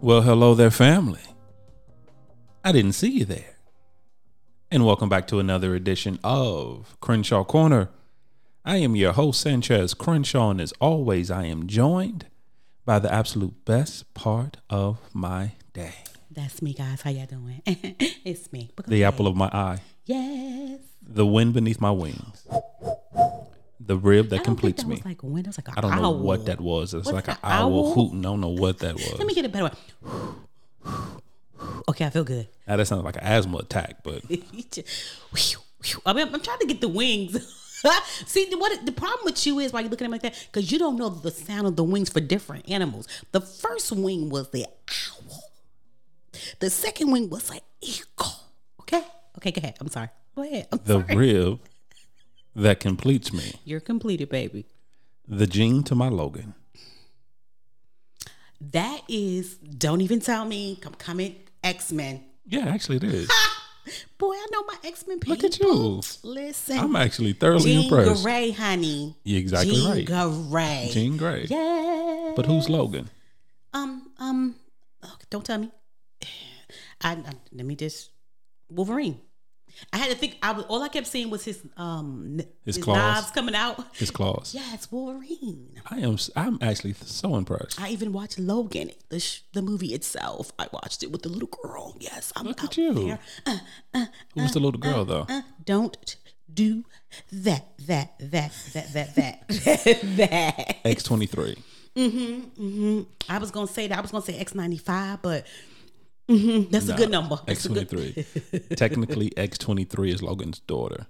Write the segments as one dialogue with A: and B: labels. A: Well, hello there, family. I didn't see you there. And welcome back to another edition of Crenshaw Corner. I am your host, Sanchez Crenshaw, and as always, I am joined by the absolute best part of my day
B: That's me, guys. How y'all doing? it's me. But go
A: the
B: ahead.
A: apple of my eye,
B: Yes.
A: the wind beneath my wings, the rib that
B: I don't think
A: completes
B: that
A: me.
B: was like a wind. That was like an
A: I don't know
B: owl.
A: what that was. It's
B: What's
A: like an
B: the
A: owl,
B: owl?
A: hooting. I don't know what that was.
B: Let me get a better one. okay, I feel good.
A: now, that sounds like an asthma attack, but
B: I mean, I'm trying to get the wings. See the- what the problem with you is why you looking at me like that because you don't know the sound of the wings for different animals. The first wing was the owl. The second wing was an eagle. Okay, okay, go ahead. I'm sorry. Go ahead. I'm
A: the
B: sorry.
A: rib that completes me.
B: You're completed, baby.
A: The gene to my Logan.
B: That is, don't even tell me. Come, coming X Men.
A: Yeah, actually it is.
B: Boy, I know my X Men people.
A: Look at you.
B: Listen,
A: I'm actually thoroughly
B: Jean
A: impressed.
B: Grey, honey.
A: You're exactly
B: Jean
A: right.
B: Grey.
A: Jean Grey.
B: Yeah.
A: But who's Logan?
B: um um? oh, don't tell me. I, I let me just Wolverine. I had to think. I was, all I kept seeing was his um n-
A: His claws.
B: knives coming out.
A: His claws.
B: Yeah, it's Wolverine.
A: I am. s- I'm actually so impressed.
B: I even watched Logan, the sh- the movie itself. I watched it with the little girl. Yes, I'm
A: Look
B: out
A: at you.
B: there. Uh, uh,
A: Who was the little girl though?
B: uh, don't do that, that, that, that, that, that, that.
A: X twenty three.
B: hmm I was gonna say that. I was gonna say X ninety five, but mhm, that's a good number.
A: X
B: That's a
A: twenty
B: good-
A: three. Technically, X twenty three is Logan's daughter.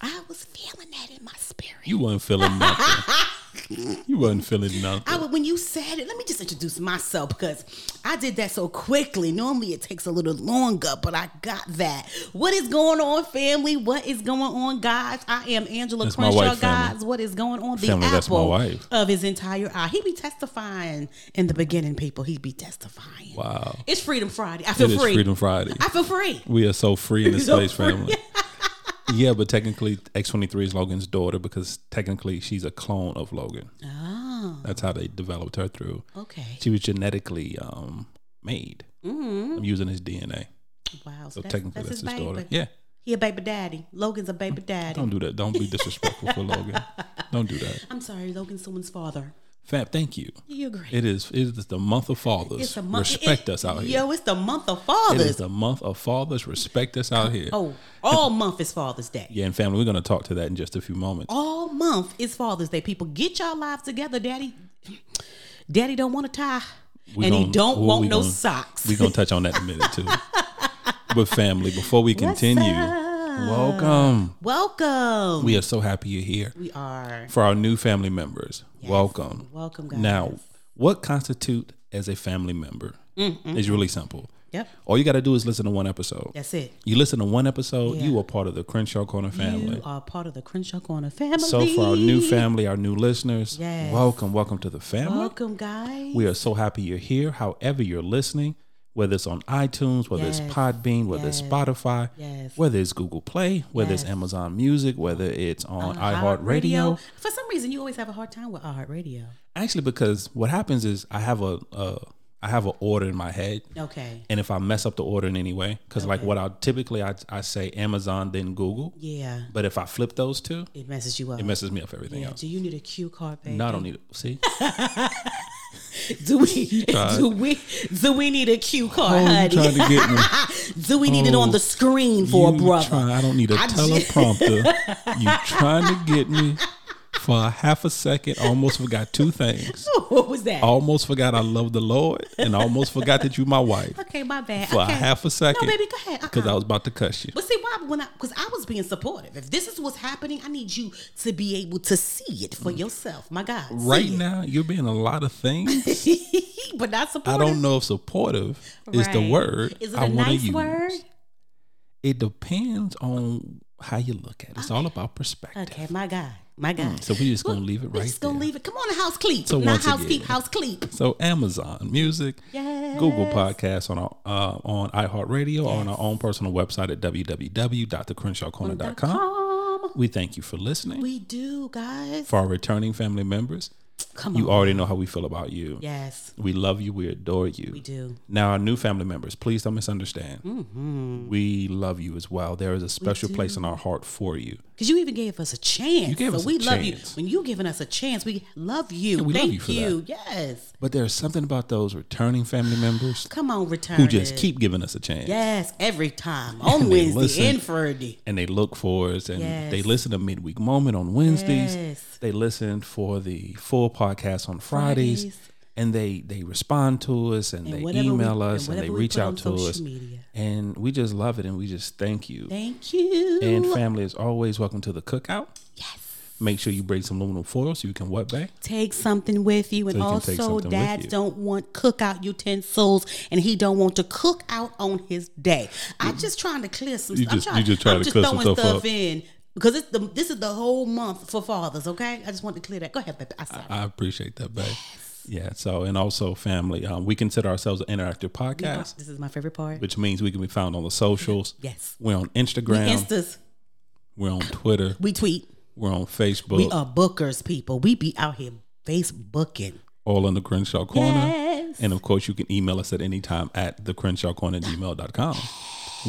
B: I was feeling that in my spirit.
A: You wasn't feeling nothing. you wasn't feeling nothing.
B: I would, when you said it, let me just introduce myself because I did that so quickly. Normally it takes a little longer, but I got that. What is going on, family? What is going on, guys? I am Angela
A: That's my
B: Crenshaw,
A: wife, family.
B: guys. What is going on? The
A: Family,
B: apple
A: that's my wife.
B: of his entire eye. He be testifying in the beginning, people. He be testifying.
A: Wow.
B: It's Freedom Friday. I
A: It
B: feel
A: is
B: free.
A: Freedom Friday.
B: I feel free.
A: We are so free in this
B: So
A: place,
B: free.
A: family. yeah, but technically, X twenty three is Logan's daughter because technically she's a clone of Logan.
B: Oh,
A: That's how they developed her through.
B: okay.
A: She was genetically um, made. I'm using his DNA,
B: Wow.
A: so
B: So Mm-hmm. that's,
A: technically that's,
B: that's,
A: his,
B: his
A: daughter.
B: baby.
A: Yeah,
B: He a baby daddy. Logan's a baby daddy.
A: don't do that. Don't be disrespectful for Logan. Don't do that,
B: I'm sorry, Logan's someone's father.
A: fam. Thank you.
B: You agree?
A: It is. It is the month of fathers.
B: It's the month.
A: Respect
B: it-
A: us out here.
B: Yo, it's the month of
A: It is
B: fathers.
A: the month of fathers. Respect us out here.
B: Oh, all month is Father's Day.
A: Yeah, and family, we're going to talk to that in just a few moments.
B: All month is Father's Day. People, get y'all lives together, Daddy. Daddy don't want a tie,
A: We
B: and he
A: gonna-
B: don't
A: well,
B: want
A: we
B: no
A: gonna-
B: socks.
A: We're going to touch on that in a minute too. but family, before we continue,
B: up?
A: welcome.
B: Welcome. We,
A: We are so happy you're here.
B: are
A: For our new family members, welcome.
B: welcome, guys.
A: Now, what constitute as a family member is really simple.
B: yep,
A: All you got to do is listen to one episode.
B: that's it.
A: You listen to one episode, you
B: Yeah.
A: are part of the Crenshaw Corner family.
B: You are part of the Crenshaw Corner family.
A: So for our new family, our new listeners,
B: Yes.
A: welcome, welcome to the family.
B: welcome, guys.
A: We are so happy you're here. However, you're listening, whether it's on iTunes, whether it's
B: Yes.
A: Podbean, whether it's
B: Yes.
A: Spotify,
B: Yes.
A: whether it's Google Play, whether it's
B: Yes.
A: Amazon Music, whether it's on
B: Uh, iHeartRadio.
A: iHeartRadio.
B: For some reason, you always have a hard time with iHeartRadio.
A: Actually, because what happens is I have a uh, I have an order in my head,
B: Okay.
A: and if I mess up the order in any way, because like what I typically I, I say Amazon then Google,
B: Yeah.
A: but if I flip those two,
B: It messes you up.
A: it messes me up for everything
B: yeah.
A: else.
B: Do you need a cue card, baby?
A: No, I don't need it. See,
B: Do we?
A: tried.
B: Do we? Do we need a cue card,
A: oh, you
B: honey?
A: trying to get me?
B: do we need it on the screen for a
A: You
B: brother?
A: trying- I don't need a
B: I ju-
A: teleprompter. you trying to get me for a half a second? Almost forgot two things.
B: what was that?
A: Almost forgot I love the Lord, and almost forgot that you my wife
B: okay, my bad.
A: for
B: okay.
A: a half a second.
B: No, baby, go ahead.
A: Because
B: uh-uh.
A: I was about to cuss you.
B: But see why when I because I was being supportive. If this is what's happening, I need you to be able to see it for yourself. My God, see
A: Mm. right
B: it.
A: now you're being a lot of things
B: but not
A: i
B: supportive.
A: don't know if supportive is the
B: Right.
A: word
B: Is it a
A: I wanna
B: nice word?
A: it depends on how you look at it it's all about perspective
B: Okay, my God, my God.
A: Mm, so we just gonna
B: Look,
A: leave it
B: we
A: right
B: just gonna
A: there.
B: leave it. Come on, house cleep.
A: So
B: Not
A: once
B: house
A: again-
B: cleep, house cleep.
A: so amazon music
B: Yes.
A: google podcast on our uh, on iheartradio on our own personal website at www.thecrenshawcorner.com
B: Com.
A: we thank you for listening
B: We do, guys.
A: for our returning family members
B: Come
A: You
B: on.
A: already know how we feel about you.
B: Yes,
A: We love you. We adore you.
B: we do.
A: Now, our new family members, please don't misunderstand.
B: Mm-hmm.
A: We love you as well. There is a special place in our heart for you.
B: Because you even gave us a chance.
A: gave
B: so
A: us a
B: we love you.
A: chance.
B: When you giving us a chance, we love you.
A: we love
B: Thank
A: you for
B: Yes.
A: But there's something about those returning family members
B: Come on, return.
A: who just
B: it.
A: keep giving us a chance.
B: Yes, every time. On
A: they
B: Wednesday
A: listen.
B: and Friday.
A: And they look for us and
B: Yes.
A: they listen to Midweek Moment on Wednesdays.
B: Yes.
A: They listen for the full podcast on Fridays.
B: Fridays.
A: And they, they respond to us and, they
B: whatever we-
A: email us
B: and
A: and, they
B: whatever we
A: reach
B: put
A: out
B: on
A: to
B: social
A: us.
B: media.
A: And we just love it and we just thank you.
B: Thank you.
A: And family is always welcome to the cookout.
B: yes.
A: Make sure you bring some aluminum foil so you can wet bake.
B: Take something with you, and
A: So you can take
B: also
A: something with
B: dads
A: you.
B: don't want cookout utensils, and he don't want to cook out on his day. I'm just trying to clear some.
A: You
B: I'm
A: just-
B: trying,
A: you just trying
B: I'm
A: to
B: just
A: clear some
B: throwing
A: stuff
B: stuff
A: up.
B: in because it's the, this is the whole month for fathers. Okay, I just want to clear that. Go ahead, baby. I saw
A: I appreciate that, babe. Yeah. So, and also family, um, we consider ourselves an interactive podcast,
B: This is my favorite part.
A: which means we can be found on the socials.
B: Yes,
A: We're on Instagram.
B: instas.
A: we're on Twitter.
B: We tweet.
A: We're on Facebook.
B: We are bookers, people. We be out here facebooking.
A: all on the Crenshaw Corner.
B: Yes.
A: And of course, you can email us at any time at the Crenshaw Corner gmail.com.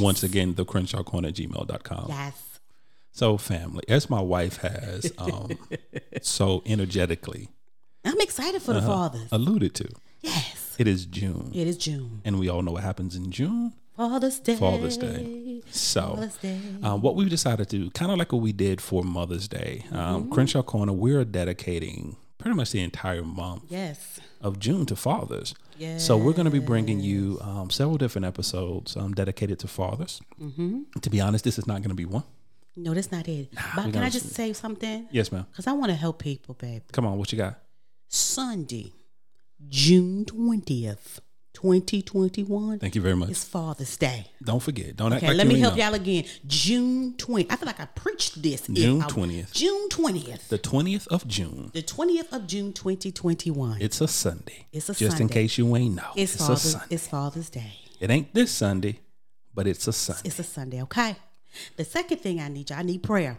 A: Once again, the Crenshaw Corner gmail.com.
B: Yes.
A: So, family, as my wife has um, so energetically
B: I'm excited for the
A: Uh-huh.
B: fathers.
A: alluded to,
B: Yes.
A: it is June.
B: It is June.
A: And we all know what happens in June.
B: Father's Day.
A: Father's Day. So,
B: Father's Day.
A: um, what we've decided to do, kind of like what we did for Mother's Day,
B: Mm-hmm.
A: um, Crenshaw Corner, we're dedicating pretty much the entire month
B: Yes.
A: of June to fathers. So, we're going to be bringing you um, several different episodes um, dedicated to fathers.
B: Mm-hmm.
A: To be honest, this is not going to be one.
B: No, that's not it. but can I just say something?
A: Yes, ma'am.
B: Because I want to help people, babe.
A: Come on, what you got?
B: Sunday, June 20th, 2021
A: Thank you very much.
B: is Father's Day.
A: Don't forget. Don't act
B: Okay,
A: like
B: let
A: you
B: me
A: ain't
B: help
A: know.
B: y'all again. June 20th. I feel like I preached this. if
A: June
B: I-
A: 20th.
B: June 20th.
A: The 20th of June.
B: The 20th of June 2021.
A: It's a Sunday.
B: It's a
A: Just in
B: Sunday.
A: case you ain't know.
B: It's,
A: It's, a
B: Father's,
A: Sunday.
B: it's Father's Day.
A: It ain't this Sunday, but it's a Sunday.
B: It's a Sunday, okay? The second thing I need you, I need prayer.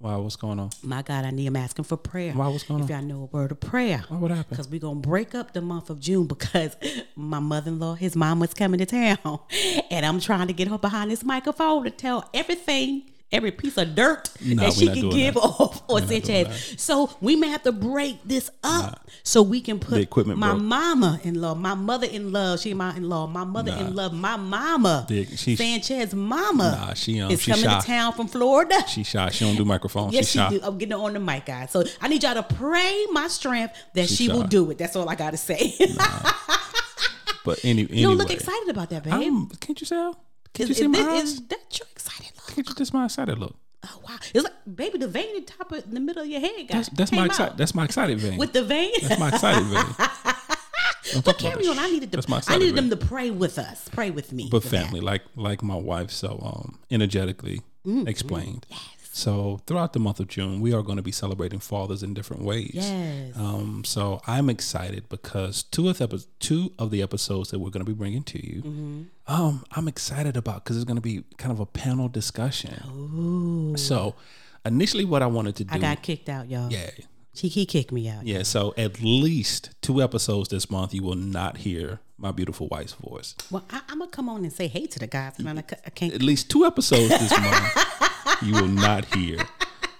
A: Wow, what's going on?
B: My God, I need I'm asking for prayer.
A: Why, what's going
B: If y'all know a word of prayer.
A: Why, what happened?
B: Because we're going to break up the month of June because my mother in law, his mom was coming to town. And I'm trying to get her behind this microphone to tell everything, every piece of dirt
A: Nah,
B: that
A: we
B: she
A: not
B: can
A: doing
B: give
A: that.
B: off on Sanchez. So we may have to break this up so we can put
A: The equipment
B: my
A: broke.
B: mama in law, my mother in law, she my in law, my mother in law, my mama,
A: The- she-
B: Sanchez mama
A: Nah, she, um,
B: is
A: she
B: coming
A: shy.
B: to town from Florida.
A: She shy. She don't do microphones.
B: Yes,
A: she
B: she
A: shy.
B: do. I'm getting her on the mic, guys. So I need y'all to pray my strength that she,
A: She
B: will
A: shy.
B: do it. That's all I gotta say.
A: But any, anyway.
B: you don't look excited about that, babe.
A: I'm, can't you tell? Can't
B: is,
A: you see
B: is
A: my
B: that-
A: eyes?
B: is that your excited look?
A: Can't you just my excited look?
B: Oh wow! It's like baby, the vein in top of in the middle of your head, guys.
A: That's, that's my excited. That's my excited vein.
B: With the vein,
A: that's my excited vein.
B: but carry on. I needed
A: That's my
B: to. I
A: excited
B: needed them
A: vein.
B: to pray with us. Pray with me.
A: But
B: with that.
A: family, like like my wife so um energetically
B: Mm-hmm.
A: explained. So throughout the month of June, we are going to be celebrating fathers in different ways.
B: Yes.
A: Um, so I'm excited because two of the epi- two of the episodes that we're going to be bringing to you,
B: Mm-hmm.
A: um, I'm excited about because it's going to be kind of a panel discussion. So initially, what I wanted to do,
B: Oh. I got kicked out, y'all.
A: yeah,
B: She he kicked me out.
A: yeah. So at least two episodes this month, you will not hear my beautiful wife's voice.
B: Well, I, I'm gonna come on and say hey to the guys, and I, I can't.
A: At least two episodes this month, you will not hear.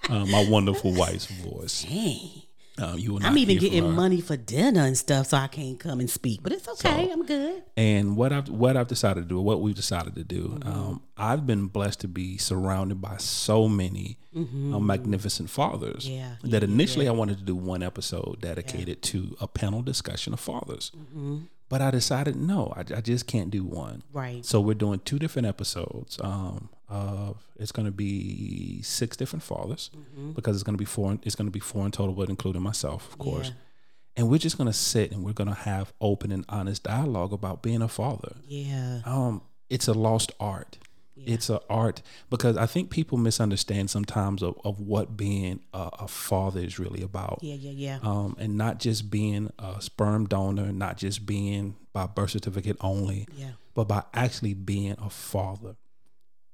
A: uh my wonderful wife's voice.
B: Dang.
A: Um, you will not
B: I'm even
A: hear from
B: getting
A: her.
B: money for dinner and stuff, so I can't come and speak. But it's okay. I'm good.
A: And what I've what I've decided to do, what we've decided to do,
B: Mm-hmm.
A: um, I've been blessed to be surrounded by so many uh, magnificent fathers.
B: Mm-hmm. Yeah,
A: That initially I wanted to do one episode dedicated to a panel discussion of fathers,
B: Mm-hmm.
A: but I decided no, I, I just can't do one.
B: Right.
A: So we're doing two different episodes. Um, of it's going to be six different fathers because it's going to be four. It's going to be four in total, but including myself, of course. And we're just going to sit and we're going to have open and honest dialogue about being a father.
B: Yeah.
A: Um, it's a lost art. It's an art because I think people misunderstand sometimes of, of what being a, a father is really about
B: Yeah, yeah, yeah.
A: um, and not just being a sperm donor, not just being by birth certificate only,
B: Yeah.
A: but by actually being a father,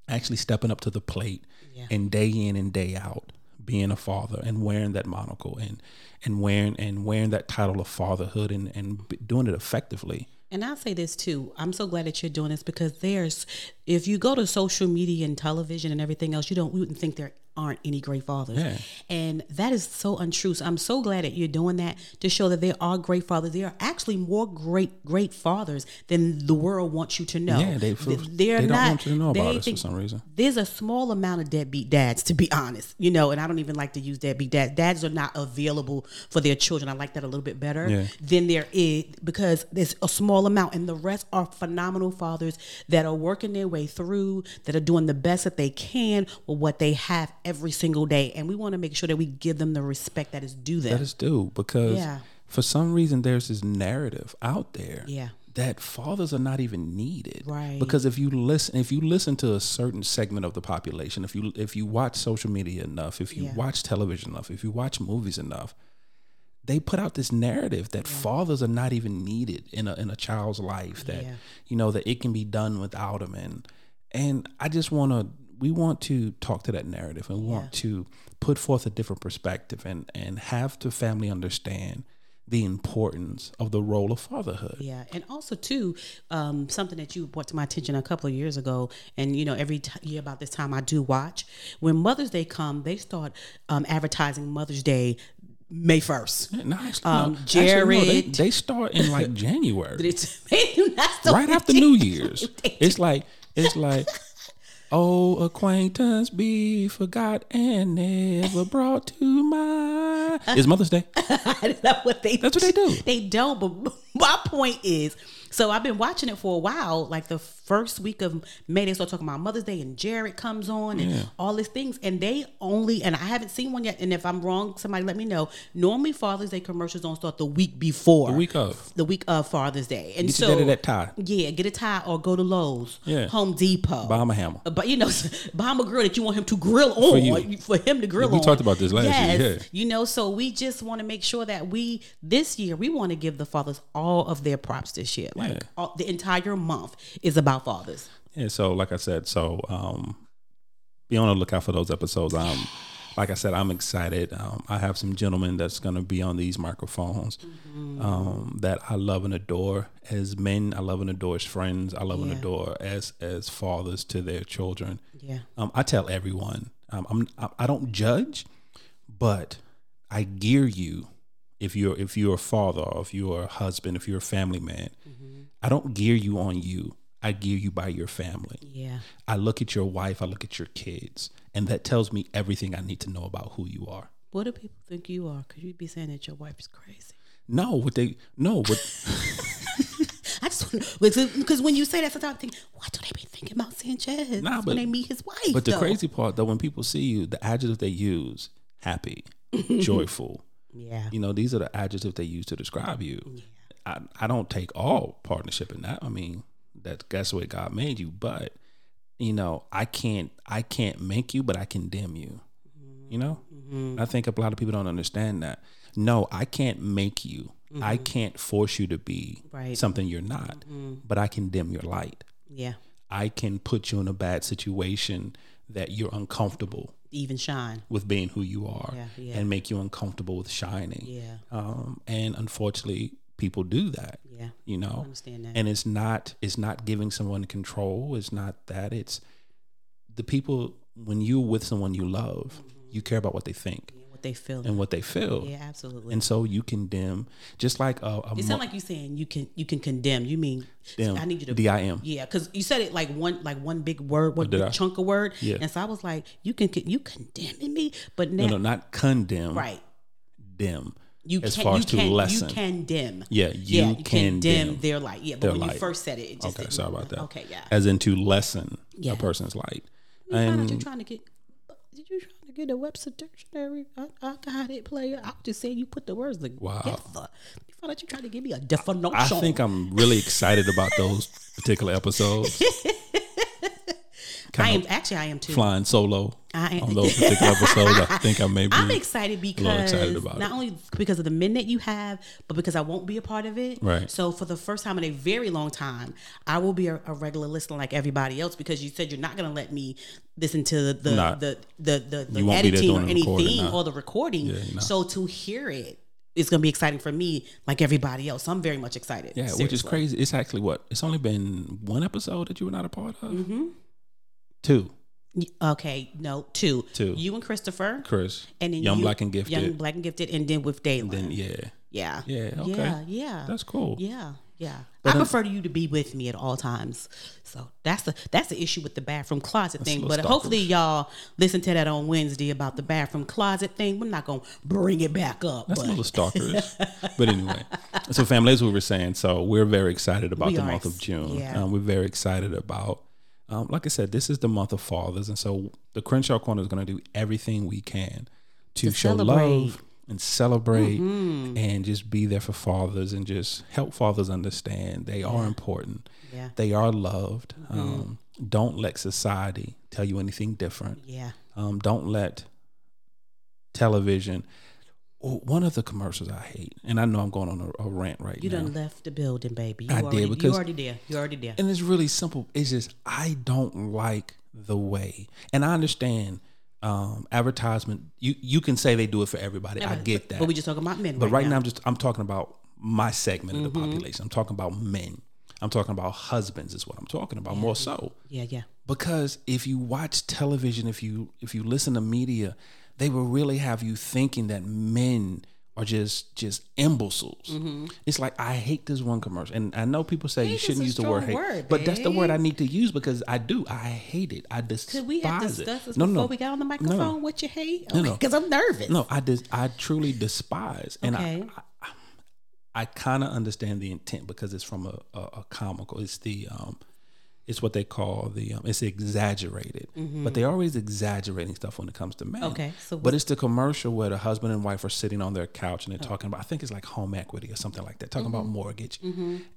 A: actually stepping up to the plate,
B: Yeah.
A: and day in and day out, being a father and wearing that monocle and and wearing and wearing that title of fatherhood and and b- doing it effectively.
B: And I'll say this too. I'm so glad that you're doing this because there's, if you go to social media and television and everything else, you don't, you wouldn't think there aren't any great fathers.
A: Yeah.
B: And that is so untrue. So I'm so glad that you're doing that to show that there are great fathers. There are actually more great, great fathers than the world wants you to know.
A: Yeah, they feel,
B: Th-
A: they don't want you to know
B: they
A: about us for
B: think-
A: some reason.
B: there's a small amount of deadbeat dads, to be honest, you know, and I don't even like to use deadbeat dads. Dads are not available for their children. I like that a little bit better
A: Yeah.
B: than there is because there's a small amount, and the rest are phenomenal fathers that are working their way through, that are doing the best that they can with what they have every single day. And we want to make sure that we give them the respect that is due them.
A: Let us do because
B: Yeah.
A: for some reason there's this narrative out there
B: Yeah.
A: that fathers are not even needed.
B: Right.
A: Because if you listen if you listen to a certain segment of the population, if you if you watch social media enough, if you
B: Yeah.
A: watch television enough, if you watch movies enough, they put out this narrative that fathers are not even needed in a in a child's life that
B: Yeah.
A: you know that it can be done without them and and I just want to we want to talk to that narrative and we want to put forth a different perspective and and have the family understand the importance of the role of fatherhood.
B: Yeah, and also too, um, something that you brought to my attention a couple of years ago, and you know every t- year about this time I do watch when Mother's Day come, they start um, advertising Mother's Day May first.
A: No, actually,
B: Um,
A: no. Actually, no, they,
B: Jared-
A: they start in like January.
B: It's they do not start
A: right after New Year's. It's like it's like oh acquaintance be forgot and never brought to mind. It's Mother's Day.
B: That's not what they.
A: That's what they do.
B: They don't. But my point is, so I've been watching it for a while. Like the first week of May, they start talking about Mother's Day, and Jared comes on, and all these things. And they only, and I haven't seen one yet. And if I'm wrong, somebody let me know. Normally, Father's Day commercials don't start the week before
A: The week of.
B: the week of Father's Day. And
A: Get
B: so,
A: you together that tie.
B: yeah, get a tie or go to Lowe's,
A: Yeah.
B: Home Depot,
A: Bahama hammer.
B: Uh, but you know, Bahama grill that you want him to grill on,
A: you.
B: or you- for him to grill
A: we
B: on.
A: talked about this last year, yeah.
B: You know, so we just want to make sure that we this year we want to give the fathers all of their props this year. Like
A: Yeah.
B: all, the entire month is about fathers.
A: Yeah, so like I said, so um be on the lookout for those episodes. Um like I said, I'm excited. Um, I have some gentlemen that's gonna be on these microphones um, that I love and adore as men. I love and adore as friends. I love and
B: Yeah.
A: adore as as fathers to their children.
B: Yeah,
A: Um, I tell everyone, um, I'm I, I don't judge, but I gear you if you're if you're a father, or if you're a husband, if you're a family man. I don't gear you on you. I gear you by your family.
B: yeah,
A: I look at your wife. I look at your kids, and that tells me everything I need to know about who you are.
B: What do people think you are? Because you'd be saying that your wife is crazy.
A: No, what they no what
B: I just because when you say that, sometimes I think, what do they be thinking about Sanchez
A: Nah, but-
B: when they meet his wife?
A: but the
B: though?
A: crazy part though when people see you, the adjective they use happy, joyful.
B: yeah,
A: You know, these are the adjectives they use to describe you. I, I don't take all partnership in that. I mean, that that's the way God made you. But you know, I can't I can't make you, but I condemn you. You know,
B: Mm-hmm.
A: I think a lot of people don't understand that. No, I can't make you. I can't force you to be
B: Mm-hmm. Right. Mm-hmm.
A: something you're not. But I condemn your light.
B: yeah,
A: I can put you in a bad situation that you're uncomfortable
B: even shine.
A: with being who you are
B: Yeah, yeah.
A: and make you uncomfortable with shining.
B: Yeah,
A: Um, and unfortunately, people do that.
B: yeah,
A: You
B: I
A: know,
B: understand that.
A: and it's not it's not giving someone control. It's not that. It's the people when you're with someone you love, you care about what they think
B: what they feel.
A: and what they feel,
B: Yeah, absolutely.
A: and so you condemn. Just like a, a
B: It sounds like you saying you can you can condemn. You mean I need you to
A: D I M.
B: yeah, because you said it like one like one big word, one
A: did
B: big
A: I?
B: chunk of word.
A: Yeah.
B: and so I was like, you can you condemning me, but now
A: No, no, not condemn.
B: right,
A: Dim.
B: you
A: as
B: can
A: far
B: you
A: as to
B: can
A: lessen.
B: you condemn.
A: Yeah, you
B: yeah, you condemn,
A: condemn
B: their light. Yeah,
A: their
B: but when
A: light.
B: you first said it, it just
A: Okay,
B: didn't-
A: sorry about that.
B: Okay, yeah.
A: As in to lessen
B: Yeah.
A: a person's light.
B: Why aren't you
A: And-
B: trying to get? Did you trying to get a Webster dictionary? I, I got it, player. I was just saying you put the words together.
A: Wow.
B: You found out you trying to give me a definition.
A: I think I'm really excited about those particular episodes.
B: I
A: kind
B: am actually I am too.
A: Flying solo.
B: I
A: on those particular episodes. I think I may be.
B: I'm excited because
A: excited about
B: not
A: it.
B: only because of the minute you have, but because I won't be a part of it.
A: Right.
B: So for the first time in a very long time, I will be a, a regular listener like everybody else because you said you're not going to let me listen to the
A: Nah.
B: the the the, the,
A: You won't be there
B: editing or
A: doing the recording,
B: anything
A: nah.
B: or the recording.
A: Yeah, nah.
B: So to hear it, it's going to be exciting for me like everybody else. I'm very much excited.
A: yeah, which is
B: seriously.
A: crazy. It's actually what? It's only been one episode that you were not a part of? Mm-hmm. Two.
B: Y- Okay, no, two.
A: Two.
B: You and Christopher.
A: Chris.
B: and then
A: Young,
B: you-
A: Black, and Gifted.
B: Young Black and Gifted, and then with Dayland.
A: Then, yeah.
B: yeah.
A: Yeah, okay.
B: Yeah. Yeah.
A: That's cool.
B: yeah. Yeah.
A: But
B: I
A: then-
B: prefer to you to be with me at all times. So that's the that's the issue with the bathroom closet thing.
A: little
B: But
A: stalkerish.
B: hopefully y'all listen to that on Wednesday about the bathroom closet thing. We're not gonna bring it back up.
A: That's
B: but
A: a little stalkerish. but anyway, so family, as we were saying, so we're very excited about
B: We
A: the
B: are
A: month of
B: ex-
A: June.
B: yeah.
A: Um, we're very excited about, um, like I said, this is the month of fathers. And so the Crenshaw Corner is going to do everything we can to, show
B: celebrate. Mm-hmm.
A: love and celebrate and just be there for fathers and just help fathers understand they are important.
B: Yeah.
A: They are loved. Um, don't let society tell you anything different.
B: yeah.
A: Um, don't let television. Oh, One of the commercials I hate, and I know I'm going on a, a rant right
B: You
A: now.
B: done left the building, baby. You
A: I did
B: already, you
A: because-
B: already there. You already there.
A: And it's really simple. It's just I don't like the way, and I understand um, advertisement. You you can say they do it for everybody. I get that.
B: But we just talking about men.
A: But right, now, I'm just I'm talking about my segment of the
B: Mm-hmm.
A: population. I'm talking about men. I'm talking about husbands. Is what I'm talking about more so
B: Yeah, yeah.
A: because if you watch television if you if you listen to media they will really have you thinking that men are just just imbeciles it's like i hate this one commercial and i know people say you
B: Hate Mm-hmm. is
A: shouldn't
B: a
A: use the word
B: strong
A: hate
B: word,
A: but that's the word i need to use because i do i hate it i despise
B: Did we have
A: it
B: discussed this
A: no
B: before
A: no
B: we got on the
A: no,
B: microphone?
A: no
B: What you hate?
A: No, no.
B: Because I'm nervous.
A: no i dis- i truly despise and
B: Okay.
A: i i, I kind of understand the intent because it's from a, a, a comical it's the um it's what they call the um, it's exaggerated but they're always exaggerating stuff when it comes to men
B: Mm-hmm. Okay, so
A: but it's the commercial where the husband and wife are sitting on their couch and they're
B: Oh.
A: talking about i think it's like home equity or something like that talking about
B: Mm-hmm.
A: mortgage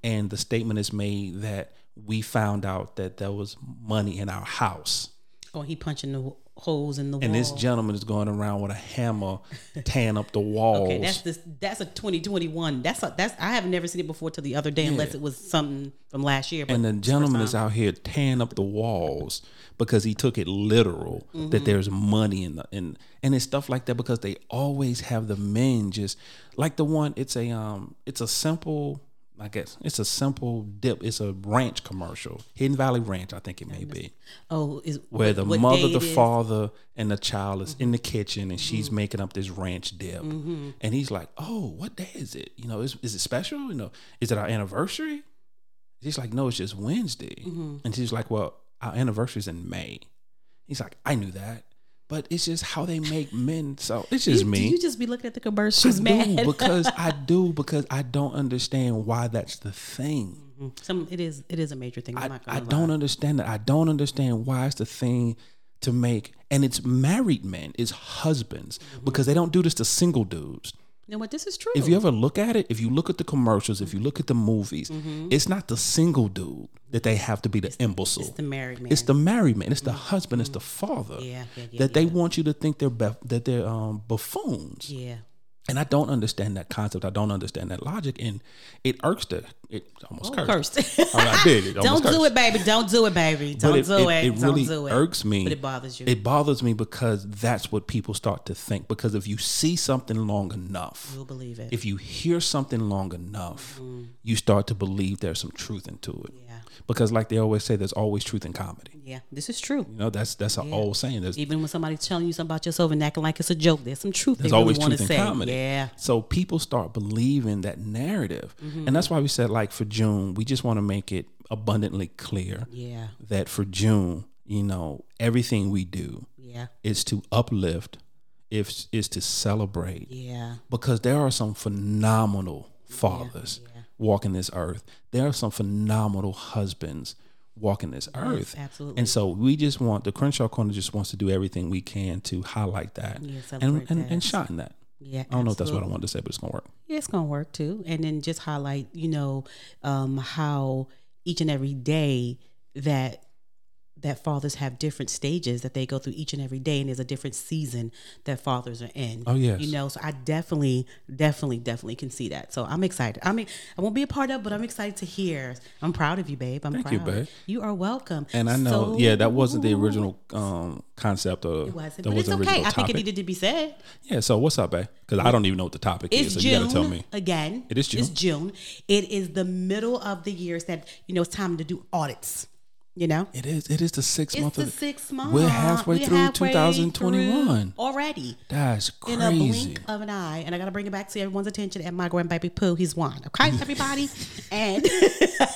A: and the statement is made that we found out that there was money in our house
B: Oh, he punching the holes in the wall.
A: and this gentleman is going around with a hammer tearing up the walls
B: Oh. Okay, that's this. That's a 2021. That's a, that's I have never seen it before till the other day, unless it was something from last year. But
A: and the gentleman is out here tearing up the walls because he took it literal that there's money in the in and it's stuff like that because they always have the men just like the one it's a um it's a simple I guess it's a simple dip it's a ranch commercial Hidden Valley Ranch I think it may be
B: oh, is
A: where the
B: what
A: mother
B: day
A: the
B: it is? Mm-hmm.
A: father and the child is in the kitchen and she's making up this ranch dip and he's like oh what day is it you know is, is it special you know is it our anniversary She's like, no, it's just Wednesday.
B: Mm-hmm.
A: And she's like, well, our anniversary's in May. He's like, I knew that. But it's just how they make men. So it's just
B: You-
A: me.
B: Do you just be looking at the commercials, man?
A: do because I do because I don't understand why that's the thing.
B: Some it is it is a major thing. I'm
A: I,
B: not gonna
A: I
B: lie.
A: don't understand that. I don't understand why it's the thing to make. And it's married men, it's husbands
B: Mm-hmm.
A: because they don't do this to single dudes.
B: You know what? This is true.
A: If you ever look at it, if you look at the commercials, if you look at the movies, it's not the single dude that they have to be the imbecile.
B: Mm-hmm. it's the married man.
A: It's the married man. It's the husband. It's the father.
B: Yeah, yeah, yeah,
A: that they want you to think they're bef- that they're um, buffoons.
B: yeah.
A: And I don't understand that concept. I don't understand that logic, and it irks the. It almost cursed.
B: Oh, Cursed.
A: I, mean, I did it.
B: don't
A: almost
B: do
A: cursed.
B: it, baby. Don't do it, baby. Don't
A: it-
B: do
A: it-
B: it.
A: it really
B: don't do it.
A: irks me.
B: But it bothers you.
A: It bothers me because that's what people start to think. Because if you see something long enough,
B: You'll believe it.
A: if you hear something long enough, you start to believe there's some truth into it.
B: Mm-hmm. yeah.
A: Because, like they always say, there's always truth in comedy.
B: Yeah. This is true.
A: You know, that's that's an old saying. There's
B: Even when somebody's telling you something about yourself and acting like it's a joke, there's some truth
A: There's
B: they really
A: always
B: want
A: truth
B: to
A: in
B: say.
A: comedy.
B: Yeah.
A: So people start believing that narrative.
B: Mm-hmm.
A: And that's why we said, like, for June, we just want to make it abundantly clear
B: Yeah.
A: that for June, you know, everything we do
B: Yeah.
A: is to uplift, if is to celebrate.
B: Yeah.
A: Because there are some phenomenal fathers walking this earth. There are some phenomenal husbands walking this earth.
B: absolutely.
A: And so we just want the Crenshaw Corner just wants to do everything we can to highlight that
B: Yeah,
A: and,
B: celebrate
A: and,
B: that.
A: and shine that.
B: Yeah,
A: I don't know if that's what I wanted to say, but it's gonna work.
B: Yeah, it's gonna work too, and then just highlight, you know, um, how each and every day that that fathers have different stages that they go through each and every day, and there's a different season that fathers are in.
A: Oh, yes.
B: you know. So I definitely, definitely, definitely can see that. So I'm excited. I mean, I won't be a part of, it, but I'm excited to hear. I'm proud of you, babe. I'm
A: Thank you,
B: proud.
A: babe.
B: You are welcome.
A: And I know,
B: So-
A: yeah, that wasn't the original um, concept of
B: It wasn't,
A: that
B: but it's
A: wasn't
B: okay.
A: original
B: I
A: topic.
B: think it needed to be said.
A: yeah, so what's up, babe? Because I don't even know what the topic
B: It's
A: is, so
B: June.
A: you gotta tell me.
B: Again.
A: It is
B: It's June. It is the middle of the year. It's that, you know, it's time to do audits. You know?
A: It is. It is the sixth
B: It's
A: month.
B: the
A: of
B: sixth month.
A: We're halfway
B: We're
A: through
B: halfway
A: 2021.
B: through already.
A: That's
B: In
A: crazy.
B: a blink of an eye. And I gotta bring it back to everyone's attention at my grandbaby Pooh. He's one. Okay, everybody? and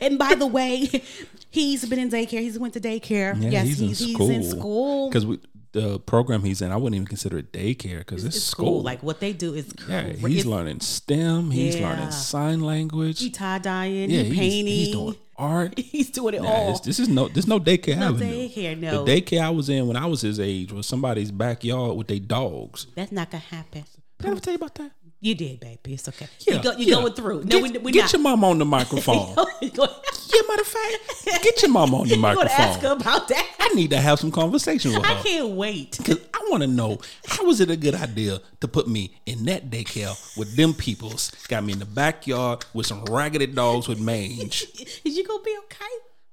B: and by the way, he's been in daycare. He's went to daycare.
A: Yeah,
B: yes,
A: he's, in school.
B: He's in school.
A: Because the program he's in, I wouldn't even consider it daycare because it's,
B: It's
A: school.
B: Like what they do is
A: yeah,
B: cra-
A: he's
B: it's
A: learning STEM. He's
B: Yeah.
A: learning sign language.
B: He tie dyeing,
A: yeah,
B: he
A: he's,
B: painting,
A: he's
B: he's,
A: doing art.
B: doing it
A: Nah,
B: all.
A: it's- this is no. This no daycare
B: No
A: avenue.
B: daycare, no.
A: The daycare I was in when I was his age was somebody's backyard with their dogs.
B: That's not gonna happen.
A: Did I ever tell you about that?
B: You did, baby. It's okay.
A: Yeah,
B: you go, you're
A: yeah.
B: going through. No,
A: get,
B: we, we're
A: get
B: not.
A: your mom on the microphone.
B: You're gonna-
A: yeah, matter of fact, get your mom on the
B: you're gonna ask her
A: microphone.
B: about that.
A: I need to have some conversation with her.
B: I can't wait.
A: Cause I want to know how was it a good idea to put me in that daycare with them peoples? Got me in the backyard with some raggedy dogs with mange.
B: Is you gonna be okay?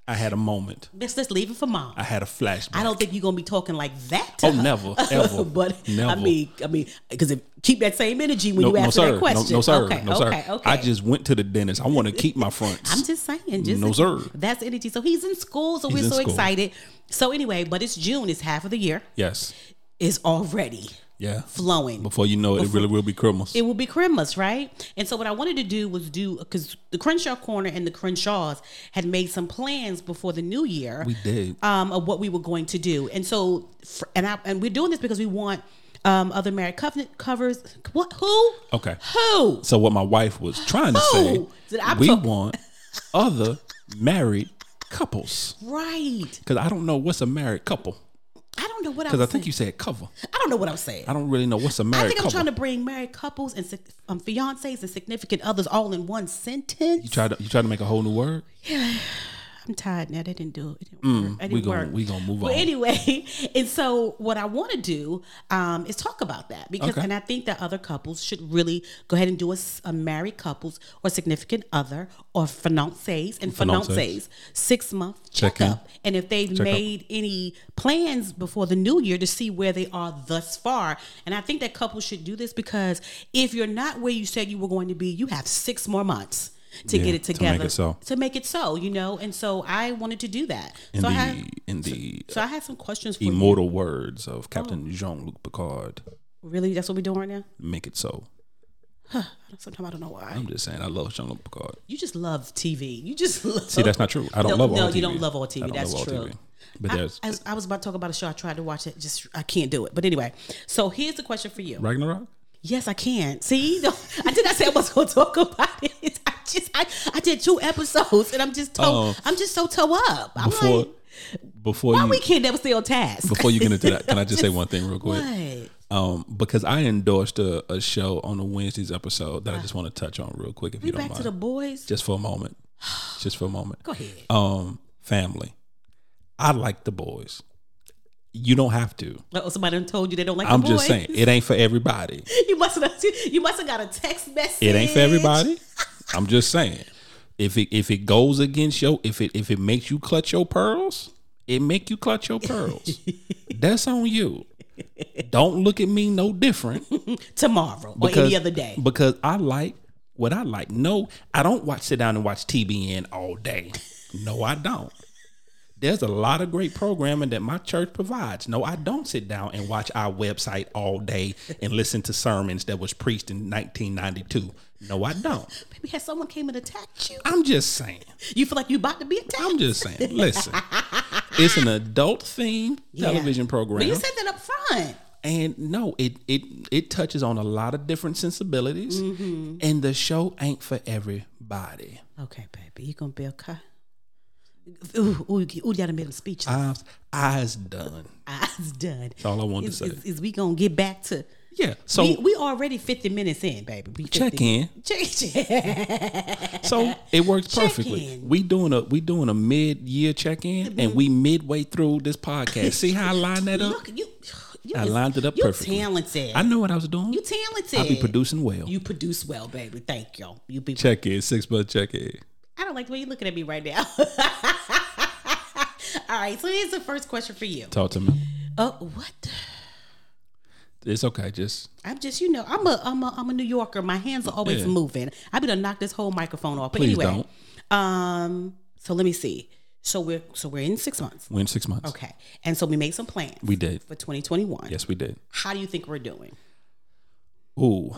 A: I had a moment.
B: Let's just leave it for mom.
A: I
B: I,
A: had a flashback.
B: don't think you're gonna be talking like that. To
A: Oh,
B: her.
A: never, ever,
B: but I
A: never.
B: mean, I mean, because keep that same energy when
A: no,
B: you
A: no,
B: ask her
A: sir.
B: that
A: No,
B: question.
A: no, sir.
B: Okay,
A: no, sir.
B: okay, okay.
A: I just went to the dentist. I want to keep my fronts.
B: I'm just saying, just
A: No, sir.
B: That's energy. So he's in school, so
A: He's
B: we're
A: in
B: so
A: school.
B: excited. So anyway, but it's June. It's half of the year.
A: yes.
B: Is already
A: Yeah.
B: flowing.
A: Before you know it, it really will be Christmas.
B: It will be Christmas, right? And so what I wanted to do was do because the Crenshaw Corner and the Crenshaws had made some plans before the new year.
A: We did.
B: um, of what we were going to do, and so fr- and I and we're doing this because we want um, other married covenant covers. What? Who?
A: Okay.
B: Who?
A: So what my wife was trying to say,
B: Oh, did I
A: we
B: talk-
A: want other married couples.
B: Right.
A: Because I don't know what's a married couple.
B: I don't know what I'm.
A: Because I
B: Saying.
A: think you said cover.
B: I don't know what I'm saying.
A: I don't really know what's a married
B: I think
A: couple.
B: I'm trying to bring married couples and sig- um, fiancés and significant others all in one sentence.
A: You try to you try to make a whole new word.
B: I'm tired now. That didn't do it. Didn't work. That
A: Mm, We
B: didn't
A: gonna
B: work.
A: we gonna move
B: But
A: on.
B: anyway, and so what I want to do um, is talk about that because,
A: Okay.
B: and I think that other couples should really go ahead and do a, s- a married couples or significant other or fiancés and
A: Fiancés.
B: fiancés six month
A: Check in.
B: checkup, and if they've
A: up.
B: made any plans before the new year to see where they are thus far. And I think that couples should do this because if you're not where you said you were going to be, you have six more months. To
A: Yeah,
B: get it
A: to make
B: together,
A: it so.
B: to make it so, you know, and so I wanted to do that.
A: in
B: so
A: the
B: I had,
A: in the
B: so I had some questions for you.
A: immortal words of Captain
B: Oh.
A: Jean Luc Picard,
B: Really, that's what we're doing right now.
A: make it so.
B: Sometimes I don't know why.
A: I'm just saying, I love Jean Luc Picard.
B: You just love TV. You just love.
A: See, that's not true. I don't
B: No,
A: love all
B: no,
A: TV.
B: you don't love all TV.
A: I don't
B: That's
A: love all
B: true.
A: TV. But there's
B: I, was- I was about to talk about a show I tried to watch it. Just I can't do it. But anyway, so here's the question for you.
A: Ragnarok.
B: Yes, I can. See, no, I did not say I was going to talk about it. I just I, I did two episodes and I'm just toe,
A: Oh.
B: I'm just so toe up. I'm
A: Before
B: like,
A: before
B: why
A: you
B: we can't never stay on task.
A: before you get into that, can I just say one thing real quick?
B: What?
A: Um, because I endorsed a, a show on the Wednesday's episode that I just want to touch on real quick, if you
B: Ah. We
A: don't
B: back
A: mind,
B: to the boys.
A: just for a moment, just for a moment.
B: Go ahead.
A: um family. I like the boys. You don't have to.
B: Oh, somebody done told you they don't like.
A: I'm
B: the
A: just
B: boys.
A: saying it ain't for everybody.
B: You must have you must have got a text message.
A: It ain't for everybody. I'm just saying if it if it goes against your if it if it makes you clutch your pearls, it make you clutch your pearls. That's on you. Don't look at me no different
B: tomorrow or any other day.
A: because I like what I like. No, I don't watch sit down and watch TBN all day. No, I don't. There's a lot of great programming that my church provides. No, I don't sit down and watch our website all day and listen to sermons that was preached in 1992. No, I don't.
B: Maybe had someone came and attacked you.
A: I'm just saying.
B: You feel like you about to be attacked.
A: I'm just saying. Listen, it's an adult themed
B: Yeah.
A: television program.
B: But you said that up front.
A: and no it it it touches on a lot of different sensibilities and the show ain't for everybody
B: Okay, baby, you gonna be okay. Ooh, ooh, you- ooh, you done made him speechless.
A: eyes eyes done
B: Eyes done. That's
A: all i wanted
B: Is,
A: to say
B: is, is we gonna get back to
A: Yeah. So
B: we, we already 50 minutes in, baby. We 50
A: check in.
B: Check, check.
A: So it works
B: Check
A: perfectly.
B: in.
A: We doing a we doing a mid year check in, and we midway through this podcast. See how I lined that up?
B: Look, you, you
A: I
B: is-
A: lined it up
B: you
A: perfectly.
B: talented.
A: I know what I was doing.
B: you talented.
A: I be producing well.
B: You produce well, baby. Thank you. You be.
A: check in six month check in.
B: I don't like the way you're looking at me right now. All right, so here's the first question for you.
A: Talk to me.
B: Oh, what?
A: It's okay. Just
B: I'm just, you know, I'm a, I'm a, I'm a New Yorker. My hands are always
A: Yeah.
B: moving. I be gonna knock this whole microphone off. But
A: Please
B: anyway, um, so let me see. So we're, so we're in six months.
A: win six months.
B: Okay, and so we made some plans
A: We did.
B: for 2021.
A: Yes, we did.
B: How do you think we're doing?
A: Ooh,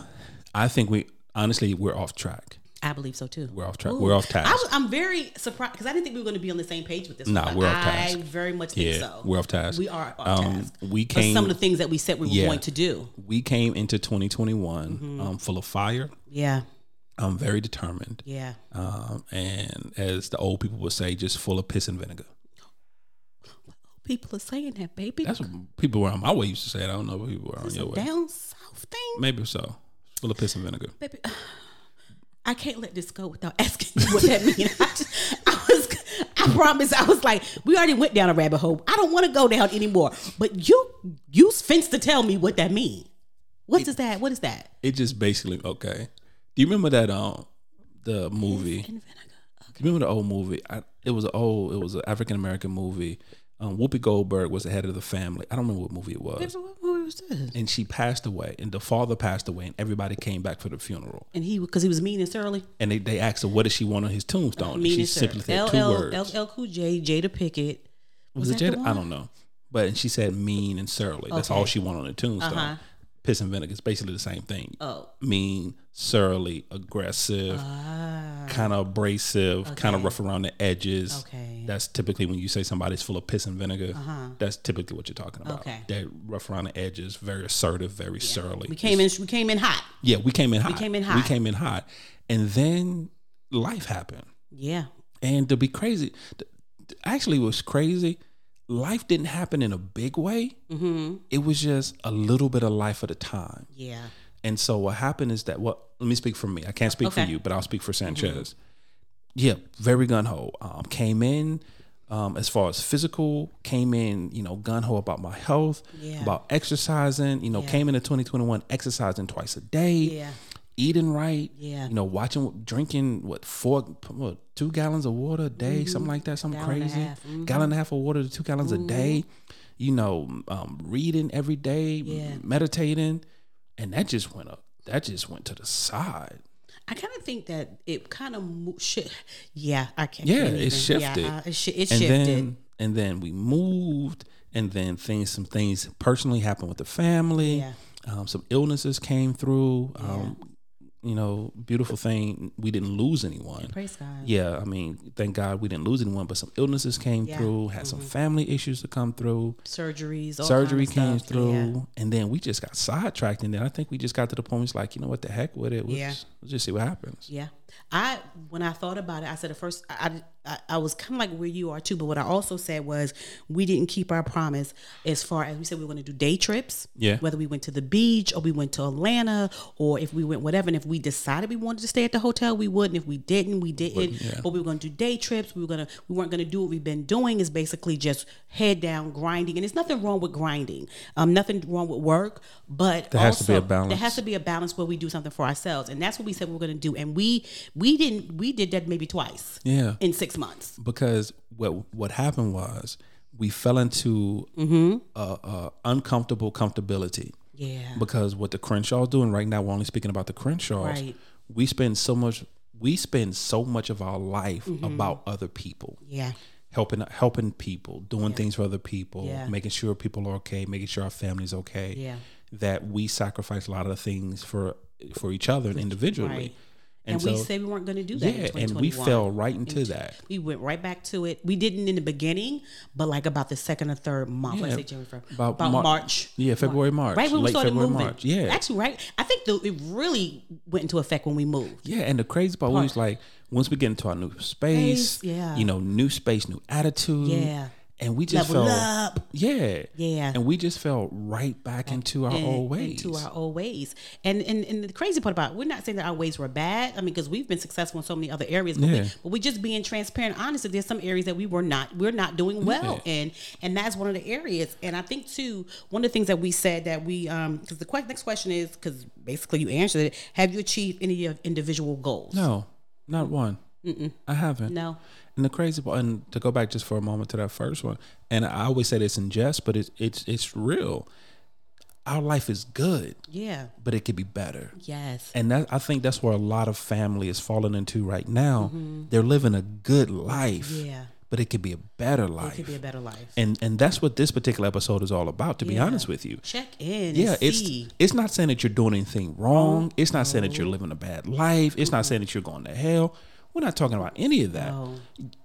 A: I think we honestly we're off track.
B: I believe so too.
A: We're off track. We're off task.
B: I was, I'm very surprised because I didn't think we were going to be on the same page with this.
A: Nah,
B: one, but
A: we're off task.
B: I very much think
A: yeah,
B: so.
A: we're off task. Um,
B: We are off task.
A: We
B: But
A: came.
B: some of the things that we said we were
A: Yeah.
B: going to do.
A: we came into 2021
B: Mm-hmm.
A: um, full of fire.
B: Yeah,
A: I'm very determined,
B: yeah.
A: um, and as the old people would say, just full of piss and vinegar.
B: People are saying that, baby.
A: That's what people were on my way used to say it. I don't know what people were on your way.
B: down south thing,
A: Maybe so. Full of piss and vinegar.
B: baby. I can't let this go without asking you what that means. I, just, I was, I promise, I was like, we already went down a rabbit hole. I don't want to go down anymore. But you, you fenced to tell me what that means. What is that? What is that?
A: It just basically okay. Do you remember that um the movie?
B: And vinegar.
A: Do you remember the old movie? I, it was an old. It was an African American movie. Um, Whoopi Goldberg was the head of the family. I don't remember what movie it was.
B: What movie was this?
A: And she passed away, and the father passed away, and everybody came back for the funeral.
B: And he, because he was mean and surly.
A: And they, they asked her, "What does she want on his tombstone?" And
B: Mean
A: she
B: and
A: simply
B: surly.
A: said two
B: LL,
A: words.
B: LL Cool J, Jada Pickett.
A: Was it
B: that the
A: Jada? I
B: one?
A: don't know. But and she said mean and surly. That's all she wanted on the tombstone. Piss and vinegar is basically the same thing.
B: Uh-huh. Oh.
A: Mean, surly, aggressive,
B: Ah,
A: kind of abrasive, kind of rough around the edges.
B: Okay. Uh-huh.
A: That's typically when you say somebody's full of piss and vinegar. That's typically what you're talking about.
B: Okay.
A: They're rough around the edges, very assertive, very surly.
B: we came in. We came in hot.
A: yeah, we came in hot.
B: came in
A: We
B: hot.
A: came in hot. And then life happened.
B: Yeah.
A: And to be crazy, th- th- actually, it was crazy. Life didn't happen in a big way.
B: Mm-hmm.
A: It was just a little bit of life at a time.
B: Yeah.
A: And so what happened is that what? Let me speak for me. I can't speak for
B: Okay. Mm-hmm.
A: you, but I'll speak for Sanchez. Yeah, very gun ho. Um, came in um, as far as physical. Came in, you know, gun ho about my health,
B: Yeah.
A: about exercising. You know,
B: Yeah.
A: came into 2021 exercising twice a day
B: Yeah.
A: eating right.
B: Yeah.
A: You know, watching, drinking what four, what two gallons of water a day, something like that, something
B: Gallon and a
A: crazy.
B: half, Mm-hmm. mhm.
A: Gallon and a half of water to two gallons a day. You know, um, reading every day,
B: Yeah.
A: meditating, and that just went up. That just went to the side.
B: I kind of think that it kind of mo- should. Yeah, I can't.
A: Yeah,
B: can't
A: it
B: even-
A: shifted.
B: Yeah, I- it, sh- it
A: And
B: shifted.
A: then, and then we moved, and then things, some things personally happened with the family.
B: Yeah.
A: Um, some illnesses came through. Um, You know, beautiful thing. We didn't lose anyone.
B: Praise God.
A: yeah, I mean, thank God we didn't lose anyone, but some illnesses came
B: Yeah. Mm-hmm.
A: through, had some family issues to come through,
B: Surgeries. all
A: surgery
B: kind
A: came
B: of stuff.
A: through,
B: Yeah.
A: and then we just got sidetracked. And then I think we just got to the point where it's like, you know what, the heck with it? Let's,
B: Yeah.
A: let's just see what happens.
B: Yeah, I when I thought about it, I said at first I I, I was kind of like where you are too. But what I also said was we didn't keep our promise as far as we said we were going to do day trips.
A: Yeah.
B: whether we went to the beach or we went to Atlanta or if we went whatever, and if we decided we wanted to stay at the hotel, we would, and if we didn't, we didn't.
A: yeah.
B: But we were going to do day trips. We were gonna we weren't going to do what we've been doing is basically just head down grinding, and there's nothing wrong with grinding. Um, nothing wrong with work, but
A: There has to be a
B: also,
A: balance.
B: There has to be a balance where we do something for ourselves, and that's what we said we were going to do. And we we didn't we did that maybe twice
A: Yeah.
B: in six months.
A: because what what happened was we fell into
B: Mm-hmm.
A: uh, uh, uncomfortable comfortability.
B: Yeah,
A: Because what the Crenshaw's doing right now, we're only speaking about the Crenshaw's.
B: Right.
A: We spend so much. We spend so much of our life
B: Mm-hmm.
A: about other people.
B: yeah,
A: helping helping people, doing things for other people,
B: Yeah.
A: making sure people are okay, making sure our family's okay.
B: Yeah.
A: That we sacrifice a lot of the things for for each other and individually.
B: Right.
A: And,
B: and,
A: so
B: we said we weren't going to do that.
A: yeah,
B: in
A: and we
B: 2021.
A: fell right into that.
B: We went right back to it. We didn't in the beginning, but like about the second or third month. Let's
A: Yeah.
B: say January, February.
A: About
B: about,
A: Mar-
B: March.
A: Yeah, February, March.
B: Right when we
A: late
B: started
A: February,
B: moving.
A: March. Yeah.
B: Actually, right. I think the, it really went into effect when we moved.
A: yeah, and the crazy part was like once we get into our new space,
B: Space, yeah.
A: you know, new space, new attitude.
B: Yeah.
A: and we just
B: Level
A: felt
B: up.
A: yeah,
B: Yeah.
A: and we just fell right back into our old ways.
B: into our old ways. And, and and the crazy part about it, we're not saying that our ways were bad. I mean, because we've been successful in so many other areas, but,
A: Yeah.
B: we, but we just being transparent, honest. That there's some areas that we were not, we're not doing well
A: Yeah.
B: in, and that's one of the areas. And I think too, one of the things that we said that we, um, because the que- next question is, because basically you answered it, have you achieved any of your individual goals?
A: no, not one. I haven't.
B: No.
A: And the crazy part, and to go back just for a moment to that first one, and I always say this in jest, but it's it's it's real. Our life is good,
B: Yeah.
A: but it could be better.
B: Yes.
A: And that, I think that's where a lot of family is falling into right now. They're living a good life,
B: Mm-hmm. Yeah.
A: but it could be a better
B: It
A: life.
B: could be a better life.
A: and and that's what this particular episode is all about. To be honest with you,
B: Check in.
A: yeah,
B: and see.
A: it's it's not saying that you're doing anything wrong.
B: Oh.
A: It's not saying that you're living a bad life. It's not saying that you're going to hell. We're not talking about any of that.
B: No.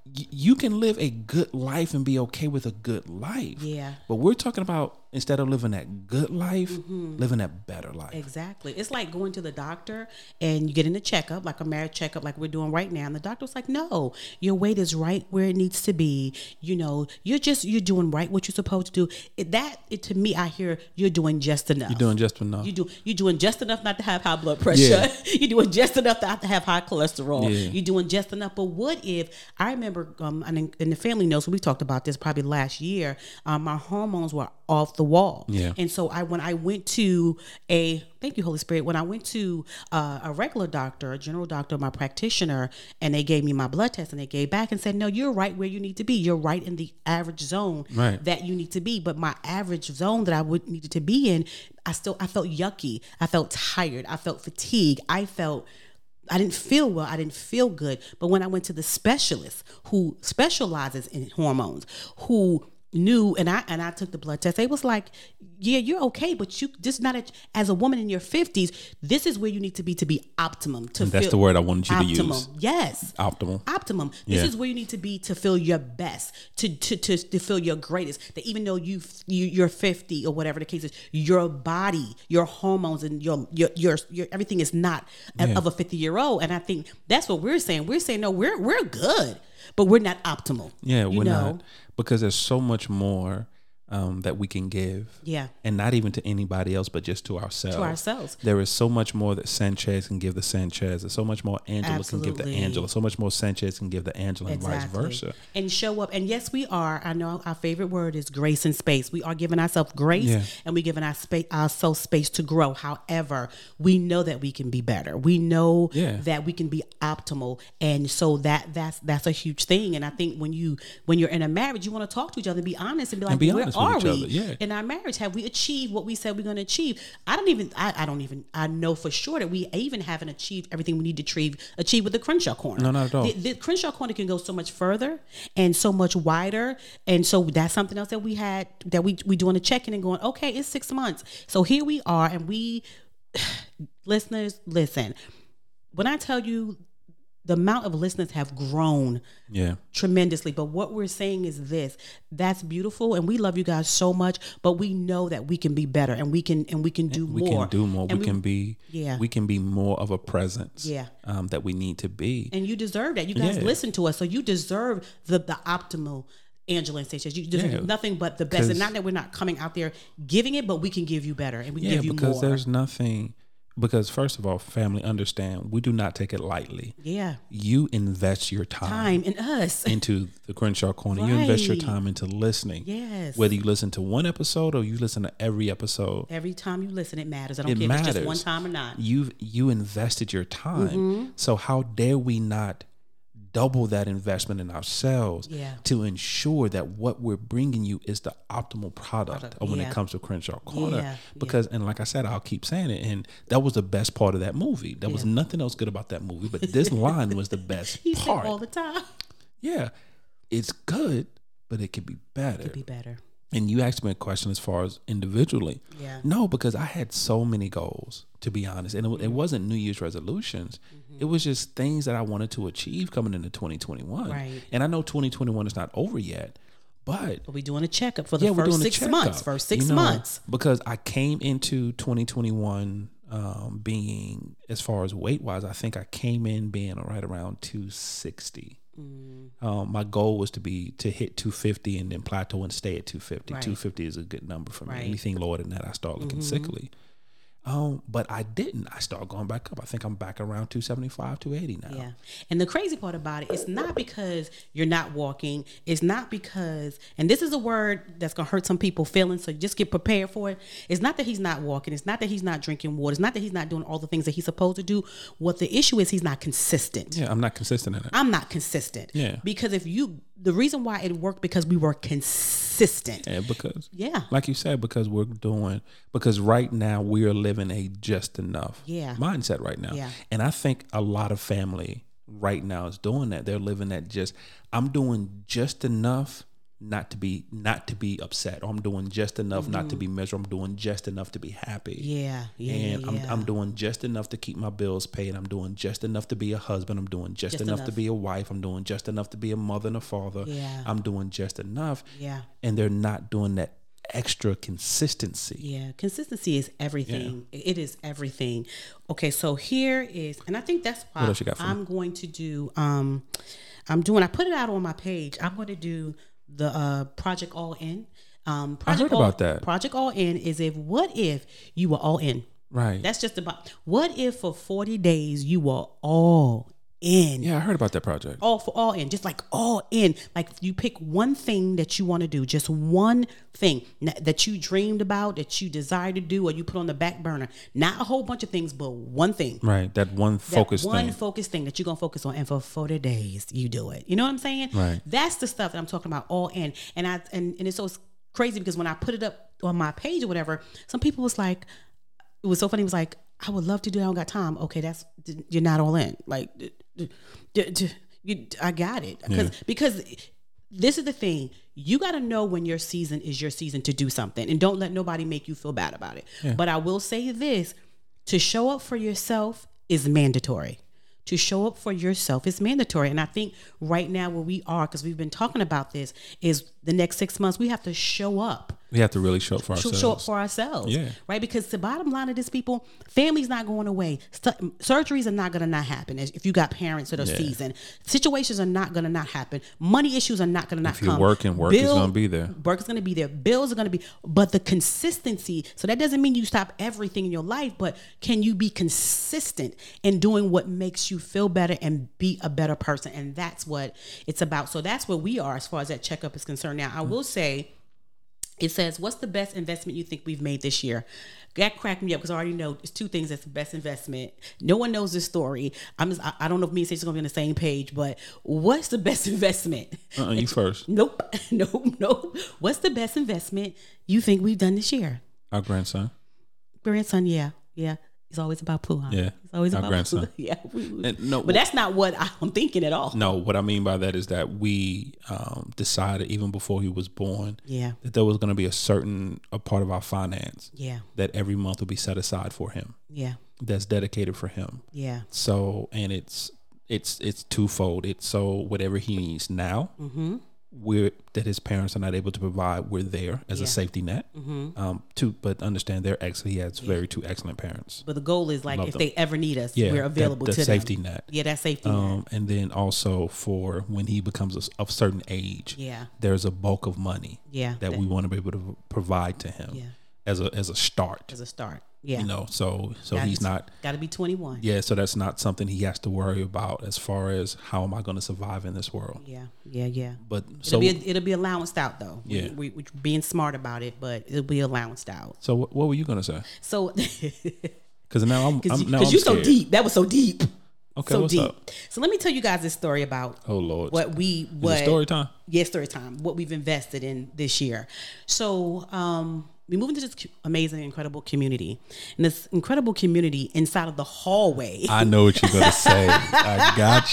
A: Y- you can live a good life and be okay with a good life.
B: Yeah.
A: But we're talking about instead of living that good life,
B: Mm-hmm.
A: living that better life.
B: Exactly. It's like going to the doctor and you get in a checkup, like a marriage checkup, like we're doing right now. And the doctor's like, no, your weight is right where it needs to be. You know, you're just, you're doing right what you're supposed to do. It, that, it, to me, I hear you're doing just enough.
A: You're doing just enough.
B: You do you doing just enough not to have high blood pressure.
A: Yeah.
B: You're doing just enough not to have high cholesterol.
A: Yeah.
B: You're doing just enough. But what if I remember um and, in- and the family knows we talked about this probably last year. Um, my hormones were off the wall.
A: Yeah.
B: And so I when I went to a thank you Holy Spirit when I went to uh, a regular doctor, a general doctor, my practitioner, and they gave me my blood test and they gave back and said no you're right where you need to be. You're right in the average zone
A: Right.
B: that you need to be. But my average zone that I would needed to be in, I still I felt yucky. I felt tired. I felt fatigued. I felt I didn't feel well. I didn't feel good. But when I went to the specialist who specializes in hormones, who knew and I and I took the blood test. They was like, "Yeah, you're okay, but you just not at, as a woman in your 50s, this is where you need to be to be optimum to
A: That's
B: feel
A: the word I wanted you to
B: optimum."
A: use.
B: Yes
A: Optimal.
B: optimum. This
A: Yeah.
B: is where you need to be to feel your best, to to to, to feel your greatest. That even though you, you you're 50 or whatever the case is, your body, your hormones, and your your your, your everything is not a- of a 50 year old. And I think that's what we're saying. We're saying no, we're we're good, but we're not optimal.
A: Yeah,
B: you
A: we're
B: know?
A: not because there's so much more um, that we can give.
B: Yeah.
A: and not even to anybody else, but just to ourselves. To
B: ourselves.
A: there is so much more that Sanchez can give the Sanchez, and so much more Angela can give the
B: Absolutely.
A: Angela, so much more Sanchez can give the Angela, and
B: Exactly.
A: vice versa.
B: And show up. And yes, we are. I know our favorite word is grace and space. We are giving ourselves grace
A: Yeah.
B: and we're giving our space ourselves space to grow. However, we know that we can be better. We know
A: Yeah.
B: that we can be optimal. And so that that's that's a huge thing. And I think when you when you're in a marriage, you want to talk to each other, be honest and be like,
A: be
B: where
A: honest with
B: are
A: each
B: we?
A: other. Yeah.
B: in our marriage have we achieved what we said we're going to achieve i don't even I, I don't even i know for sure that we even haven't achieved everything we need to achieve achieve with the crenshaw corner
A: No, not at all.
B: the, the crenshaw corner can go so much further and so much wider and so that's something else that we had that we we doing a check-in and going okay it's six months so here we are and we listeners listen when i tell you the amount of listeners have grown
A: Yeah,
B: tremendously. But what we're saying is this: that's beautiful, and we love you guys so much. But we know that we can be better, and we can and we can do
A: we
B: more.
A: can do more.
B: And
A: we can be.
B: Yeah.
A: we can be more of a presence.
B: Yeah.
A: um, that we need to be.
B: and you deserve that. You guys
A: Yeah.
B: listen to us, so you deserve the the optimal. Angela and Sanchez, you deserve
A: Yeah.
B: nothing but the best,
A: 'Cause-
B: and not that we're not coming out there giving it, but we can give you better, and we can
A: yeah,
B: give you
A: because
B: more.
A: there's nothing. Because first of all, family, understand we do not take it lightly.
B: yeah,
A: You invest your time.
B: time in us.
A: into the Crenshaw Corner. You invest your
B: Right.
A: time into listening.
B: Yes.
A: Whether you listen to one episode or you listen to every episode,
B: Every time you listen, it matters. I don't
A: it
B: care
A: matters.
B: if it's just one time or not.
A: You've you invested your time.
B: Mm-hmm.
A: So how dare we not double that investment in ourselves
B: Yeah.
A: to ensure that what we're bringing you is the optimal product, when
B: yeah.
A: it comes to Crenshaw Corner.
B: Yeah, yeah.
A: Because and like I said, I'll keep saying it, and that was the best part of that movie. There was nothing else good about that movie, but this line was the best
B: You say
A: part.
B: all the time.
A: Yeah, it's good, but it could be better.
B: Be better.
A: and you asked me a question as far as individually.
B: Yeah.
A: No, because I had so many goals, to be honest. And it, it wasn't New Year's resolutions, it was just things that I wanted to achieve coming into 2021.
B: Right.
A: And I know 2021 is not over yet, but
B: But we doing a checkup for the
A: yeah, we're
B: first
A: doing a
B: six
A: checkup,
B: months. First six
A: you know,
B: months.
A: Because I came into 2021 um, being, as far as weight wise, I think I came in being right around 260.
B: Mm.
A: Um, my goal was to be to hit 250 and then plateau and stay at 250.
B: Right.
A: 250 is a good number for me.
B: Right. Mm-hmm.
A: Anything lower than that, I start looking sickly. Um, but I didn't. I start going back up. I think I'm back around 275, 280 now.
B: Yeah. And the crazy part about it, it's not because you're not walking. It's not because, and this is a word that's going to hurt some people feelings. So just get prepared for it. It's not that he's not walking. It's not that he's not drinking water. It's not that he's not doing all the things that he's supposed to do. What the issue is, he's not consistent.
A: Yeah, I'm not consistent in it.
B: I'm not consistent.
A: Yeah.
B: Because if you, the reason why it worked because we were consistent.
A: Yeah, because
B: Yeah.
A: like you said, because we're doing because right now we are living a just enough
B: Yeah.
A: mindset right now.
B: Yeah.
A: And I think a lot of family right now is doing that. They're living that just I'm doing just enough not to be not to be upset. Or I'm doing just enough not to be miserable. I'm doing just enough to be happy.
B: Mm-hmm. Yeah. Yeah.
A: And
B: yeah,
A: I'm,
B: yeah.
A: I'm doing just enough to keep my bills paid. I'm doing just enough to be a husband. I'm doing just, enough, to
B: enough.
A: be a wife. I'm doing just enough to be a mother and a father.
B: Yeah.
A: I'm doing just enough
B: yeah.
A: and they're not doing that extra consistency.
B: Yeah, consistency is everything. It is everything. Okay, so here is, and I think that's why
A: else you got for me?
B: I'm going to do. Um, I'm doing. I put it out on my page. I'm going to do the uh, project all in. Um, project
A: heard
B: all,
A: about that.
B: Project all in is if what if you were all in.
A: Right.
B: That's just about what if for 40 days you were all in
A: yeah, I heard about that project.
B: all for all in, just like all in. Like you pick one thing that you want to do, just one thing na- that you dreamed about, that you desire to do, or you put on the back burner. Not a whole bunch of things, but one thing.
A: Right. That one
B: That
A: focus
B: one
A: thing.
B: focused thing that you're gonna focus on, and for 40 days you do it. You know what I'm saying?
A: Right.
B: That's the stuff that I'm talking about all in. And I and, and it's so crazy because when I put it up on my page or whatever, some people was like, it was so funny. It was like, I would love to do. It. I don't got time. Okay, that's d- you're not all in. Like, d- d- d- d- you, I got it because because this is the thing. You got to know when your season is your season to do something, and don't let nobody make you feel bad about it. But I will say this: to show up for yourself is mandatory. To show up for yourself is mandatory, and I think right now where we are, because we've been talking about this, is the next six months we have to show up
A: we have to really show up for
B: to
A: ourselves.
B: show up for ourselves.
A: Yeah.
B: Right? Because the bottom line of this, people, family's not going away. Stu- surgeries are not going to not happen as- if you got parents that are seasoned. Situations are not going to not happen. Money issues are not going to not
A: If you're
B: come.
A: working, work is gonna be there.
B: Work is going to be there. Bills are going to be, but the consistency. So that doesn't mean you stop everything in your life, but can you be consistent in doing what makes you feel better and be a better person? And that's what it's about. So that's where we are as far as that checkup is concerned. Now, I will say, it says, "What's the best investment you think we've made this year?" That cracked me up because I already know it's two things that's the best investment. No one knows this story. I'm just, I, I don't know if me and Stacy's gonna be on the same page, but what's the best investment?
A: uh-uh, you first.
B: Nope, nope, nope. What's the best investment you think we've done this year?
A: Our grandson.
B: Grandson, yeah, yeah. It's always about Pooh. huh?
A: Yeah,
B: it's always
A: our
B: about
A: grandson.
B: Pooh. Yeah, we- we-
A: And no-
B: but that's not what I'm thinking at all.
A: No, what I mean by that is that we um, decided even before he was born
B: Yeah,
A: that there was going to be a certain a part of our finance
B: yeah,
A: that every month will be set aside for him.
B: yeah,
A: That's dedicated for him.
B: yeah,
A: So and it's it's it's twofold. It's so whatever he needs now,
B: Mm-hmm.
A: we're that his parents are not able to provide, we're there as a safety net.
B: Mm-hmm.
A: Um, to but understand they're excellent. He has very two excellent parents.
B: But the goal is like if
A: them.
B: they ever need us,
A: Yeah,
B: we're
A: that-
B: available
A: that
B: to
A: safety
B: them.
A: net.
B: Yeah, that safety net.
A: Um, and then also for when he becomes a s- of certain age,
B: Yeah,
A: there's a bulk of money
B: yeah.
A: that we want to be able to provide to him
B: Yeah,
A: as a as a start.
B: as a start. Yeah,
A: You know, so so
B: Gotta
A: he's
B: be-
A: not
B: Gotta be 21.
A: yeah, so that's not something he has to worry about as far as how am I going to survive in this world.
B: Yeah, yeah, yeah.
A: But
B: It'll
A: so
B: be it'll be allowanced out though. We-
A: Yeah.
B: we, we, being smart about it, but it'll be allowanced out.
A: so what, what were you going to say?
B: So, because
A: Because now I'm, I'm now I'm
B: you're so
A: scared.
B: deep, that was so deep,
A: Okay,
B: so
A: what's
B: deep.
A: up?
B: So let me tell you guys this story about
A: Oh Lord,
B: what we
A: Is
B: what
A: it story time?
B: yeah, story time. What we've invested in this year. So um, we move into this cu- amazing, incredible community, and this incredible community inside of the hallway.
A: I know what you're going to say. I got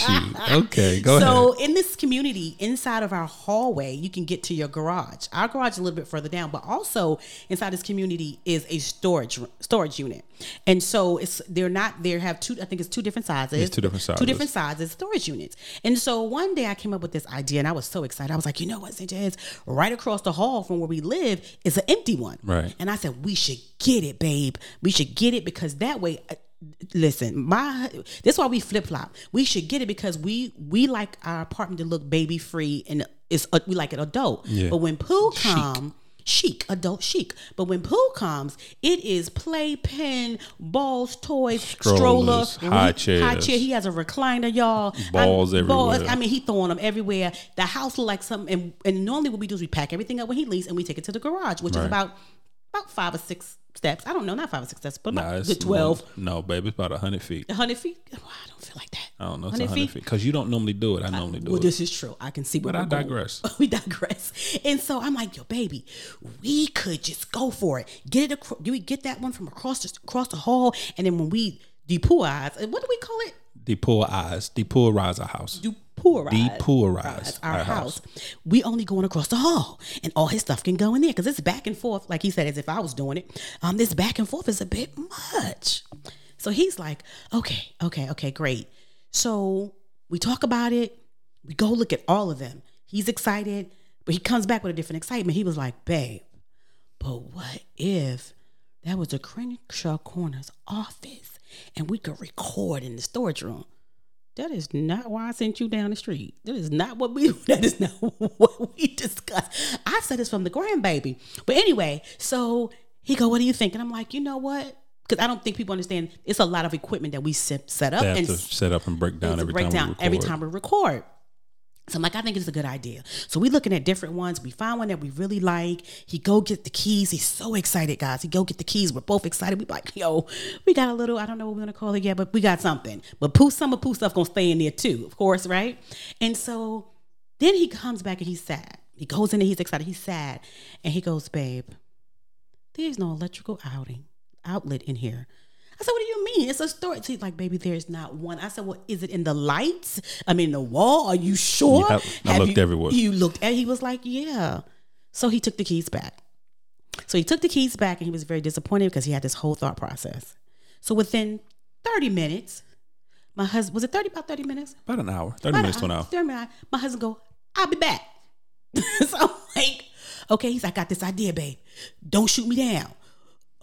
A: you. Okay, go
B: so in this community, inside of our hallway, you can get to your garage. Our garage is a little bit further down, but also inside this community is a storage storage unit, and so it's they're not they have two. I think it's two different sizes.
A: It's two different
B: Two different sizes storage units. And so one day I came up with this idea, and I was so excited. I was like, you know what, St. Jazz? Right across the hall from where we live is an empty one.
A: Right.
B: And I said, we should get it, babe. We should get it because that way. uh, listen, my that's why we flip flop. We should get it because we we like our apartment to look baby free and it's uh, we like it adult.
A: Yeah.
B: But when pool come. Chic, adult chic. But when pool comes, it is playpen, balls, toys, stroller,
A: Strollers, high chairs.
B: chair. He has a recliner, y'all.
A: Balls
B: I, Balls,
A: everywhere.
B: I mean, he throwing them everywhere. The house look like something. And, and normally, what we do is we pack everything up when he leaves, and we take it to the garage, which
A: Right.
B: is about about five or six steps. I don't know, not five or six steps, but
A: Nah,
B: about
A: it's
B: good twelve.
A: No, baby, it's about hundred feet.
B: 100 feet? Oh, I don't feel like that.
A: I don't know, it's
B: 100
A: hundred feet because you don't normally do it. I normally do
B: Uh, Well,
A: it,
B: this is true. I can see where
A: but I
B: we're going.
A: digress.
B: we digress. And so I'm like, yo, baby, we could just go for it. Get it across. Do we get that one from across the, across the hall? And then when we depuize, and what do we call it?
A: Depolarize, depolarize a house.
B: Depurize.
A: Depolarize
B: our house. We only going across the hall, and all his stuff can go in there because it's back and forth. Like he said, as if I was doing it. Um, this back and forth is a bit much. So he's like, okay, okay, okay, great. So we talk about it. We go look at all of them. He's excited, but he comes back with a different excitement. He was like, babe, but what if that was a Crenshaw Corners office and we could record in the storage room? That is not why I sent you down the street. That is not what we. That is not what we discussed. I said it's from the grandbaby. But anyway, so he go, "What do you think?" And I'm like, "You know what?" Because I don't think people understand. It's a lot of equipment that we set, set up
A: They have
B: and
A: to set up and break down
B: it's a
A: every time.
B: breakdown
A: we record.
B: every time we record. So I'm like, I think it's a good idea. So we looking at different ones. We find one that we really like. He go get the keys. He's so excited, guys. He go get the keys. We're both excited. We like, yo, we got a little. I don't know what we're gonna call it yet, but we got something. But poo, some of poo stuff gonna stay in there too, of course, right? And so then he comes back and he's sad. He goes in and he's excited. He's sad, and he goes, babe, there's no electrical outing outlet in here. I said, what do you mean? It's a storage. He's like, baby, there's not one. I said, well, is it in the lights? I mean, the wall? Are you sure?
A: Yeah, I- I
B: Have
A: looked
B: you,
A: everywhere.
B: You looked, and he was like, yeah. So he took the keys back. So he took the keys back, and he was very disappointed because he had this whole thought process. So within 30 minutes, my husband was it 30 about 30 minutes?
A: About an hour, thirty minutes to an hour.
B: 30 minutes. My husband go, I'll be back. so I'm like, okay, he's like, I got this idea, babe. Don't shoot me down.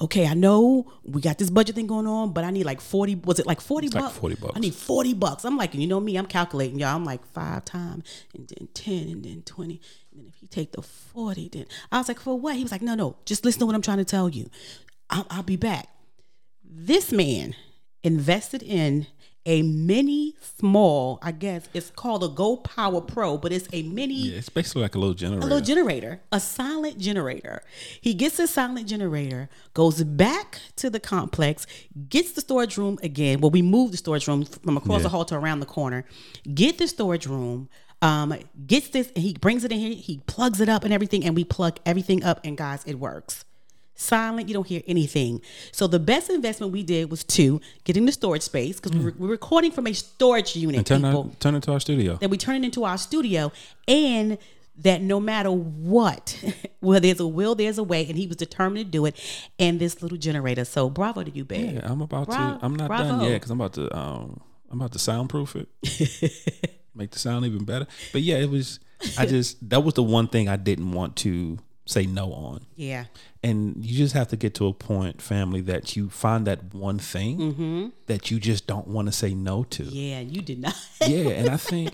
B: Okay, I know we got this budget thing going on, but I need like 40. Was it like 40
A: It's like
B: bucks?
A: 40 bucks.
B: I need 40 bucks. I'm like, you know me, I'm calculating, y'all. I'm like five times and then 10 and then 20. And then if he take the 40, then I was like, for what? He was like, no, no, just listen to what I'm trying to tell you. I'll, I'll be back. This man invested in a mini small, I guess it's called a Go Power Pro, but it's a mini
A: Yeah, it's basically like a little generator.
B: a little generator, a silent generator. He gets his silent generator, goes back to the complex, gets the storage room again. Well, we moved the storage room from across the hall to around the corner. Get the storage room, um, gets this, and he brings it in here. He plugs it up and everything, and we plug everything up, and guys, it works. Silent, you don't hear anything. So the best investment we did was two, getting the storage space because we were, we're recording from a storage unit.
A: and turn
B: people
A: our, turn into our studio.
B: that we turn it into our studio and that no matter what, well, there's a will, there's a way, and he was determined to do it. And this little generator. So bravo to you, babe.
A: Yeah, I'm about
B: Bra-
A: to. I'm not done
B: bravo.
A: yet because I'm about to. Um, I'm about to soundproof it, make the sound even better. But yeah, it was. I just that was the one thing I didn't want to say no on.
B: Yeah.
A: And you just have to get to a point, family, that you find that one thing that you just don't want to say no to.
B: Mm-hmm. Yeah. you did not.
A: yeah and i think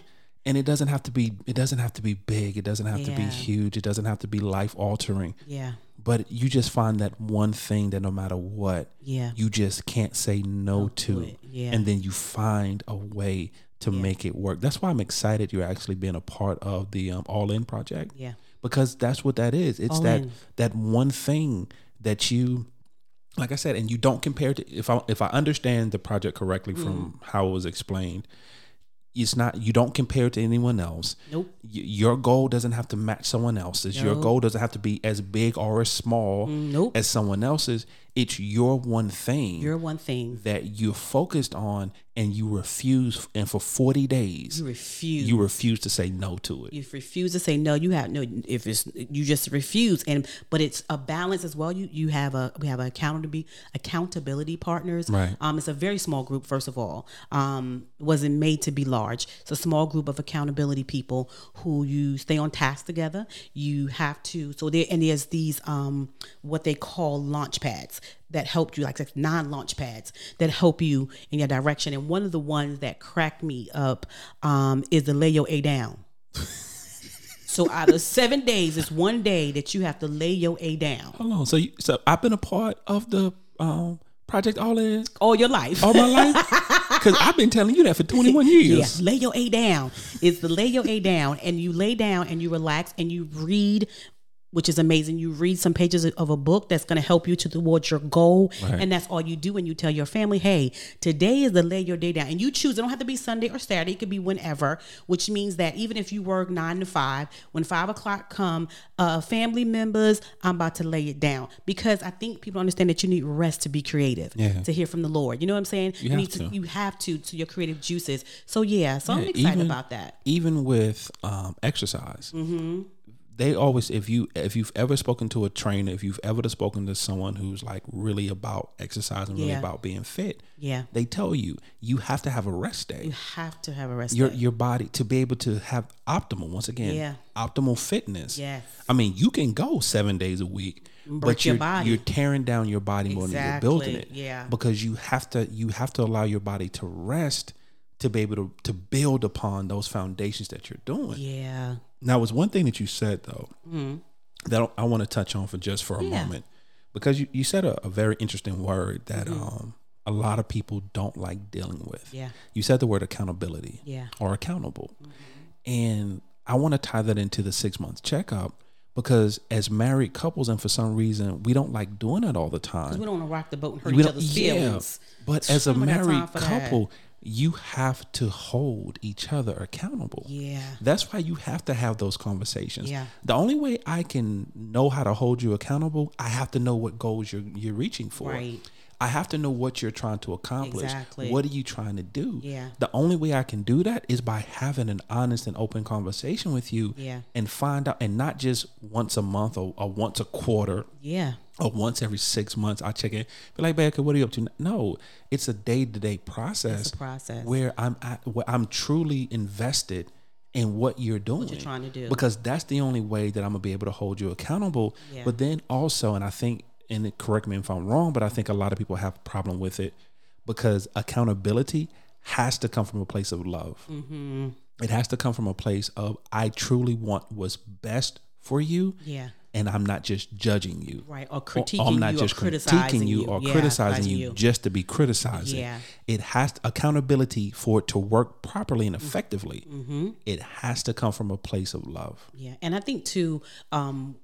A: and it doesn't have to be it doesn't have to be big it doesn't have to be
B: Yeah.
A: huge it doesn't have to be life altering
B: yeah.
A: but you just find that one thing that no matter what
B: Yeah.
A: you just can't say no to
B: yeah.
A: and then you find a way to make it work that's why i'm excited you're actually being a part of the um, all in project
B: Yeah.
A: because that's what that is it's
B: All
A: that
B: in.
A: that one thing that you like I said, and you don't compare to if I if I understand the project correctly from
B: Mm.
A: how it was explained, it's not you don't compare it to anyone else.
B: Nope.
A: Y- your goal doesn't have to match someone else's. Your
B: Nope.
A: goal doesn't have to be as big or as small
B: Mm, Nope.
A: as someone else's. It's your one thing
B: You're one thing.
A: that you're focused on, and you refuse. And for forty days,
B: You refuse.
A: you refuse to say no to it.
B: you refuse to say no you have no if it's you just refuse and but it's a balance as well you you have a we have a accountability accountability partners
A: Right.
B: um it's a very small group first of all um wasn't made to be large. It's a small group of accountability people who you stay on task together. You have to so there and there's these um what they call launch pads that helped you, like non launch pads that help you in your direction. And one of the ones that cracked me up um, is the lay your A down. so out of seven days, it's one day that you have to lay your A down
A: Hold on. So, you, so I've been a part of the um, project all in
B: all your life.
A: all my life because I've been telling you that for 21 years.
B: Yeah, lay your A down. It's the lay your A down, and you lay down and you relax and you read, which is amazing. You read some pages of a book that's going to help you to towards your goal,
A: Right.
B: and that's all you do. And you tell your family, "Hey, today is the lay your day down," and you choose. It don't have to be Sunday or Saturday. It could be whenever. Which means that even if you work nine to five, when five o'clock come, uh, family members, I'm about to lay it down because I think people understand that you need rest to be creative,
A: Yeah.
B: to hear from the Lord. You know what I'm saying? You,
A: have
B: need
A: to.
B: to you have to to your creative juices. So yeah, so I'm
A: Yeah,
B: excited
A: even-
B: about that.
A: Even with um, exercise,
B: Mm-hmm.
A: they always if you if you've ever spoken to a trainer, if you've ever spoken to someone who's like really about exercise and really
B: Yeah.
A: about being fit,
B: Yeah,
A: they tell you you have to have a rest day.
B: you have to have a rest.
A: Your
B: day.
A: your body to be able to have optimal once again
B: Yeah.
A: optimal fitness.
B: Yes.
A: I mean you can go seven days a week, but
B: your
A: you're
B: body.
A: you're tearing down your body more
B: Exactly,
A: than you're building it.
B: yeah.
A: because you have to you have to allow your body to rest to be able to to build upon those foundations that you're doing.
B: yeah,
A: Now, it's one thing that you said though
B: Mm-hmm.
A: that I want to touch on for just for a moment because you, you said a, a very interesting word that um, a lot of people don't like dealing with.
B: Mm-hmm. Yeah.
A: You said the word accountability
B: Yeah. Mm-hmm.
A: or accountable. And I want to tie that into the six month checkup because as married couples, and for some reason, we don't like doing it all the time
B: we don't want to rock the boat and hurt
A: we
B: each
A: don't,
B: other's
A: yeah,
B: feelings.
A: But as a
B: We don't got time
A: married
B: for that.
A: couple, you have to hold each other accountable.
B: Yeah.
A: That's why you have to have those conversations.
B: Yeah.
A: The only way I can know how to hold you accountable, I have to know what goals you're you're reaching for.
B: Right.
A: I have to know what you're trying to accomplish.
B: Exactly.
A: What are you trying to do?
B: Yeah.
A: The only way I can do that is by having an honest and open conversation with you
B: Yeah.
A: and find out and not just once a month or, or once a quarter
B: Yeah,
A: or once every six months I check in. Be like, Becca, what are you up to? No, it's a day to day process
B: it's a process.
A: where I'm at, where I'm truly invested in what you're doing. What
B: you're trying to do.
A: Because that's the only way that I'm gonna be able to hold you accountable.
B: Yeah.
A: But then also, and I think, and it- correct me if I'm wrong, but I think a lot of people have a problem with it because accountability has to come from a place of love.
B: Mm-hmm.
A: It has to come from a place of I truly want what's best for you.
B: Yeah.
A: And I'm not just judging you
B: right, or
A: or
B: critiquing
A: Oh, I'm not
B: you,
A: just
B: or criticizing
A: critiquing you or
B: Yeah,
A: criticizing you, just to be criticizing.
B: Yeah.
A: It has accountability for it to work properly and
B: Mm-hmm.
A: effectively. It has to come from a place of love.
B: Yeah, and I think too, um,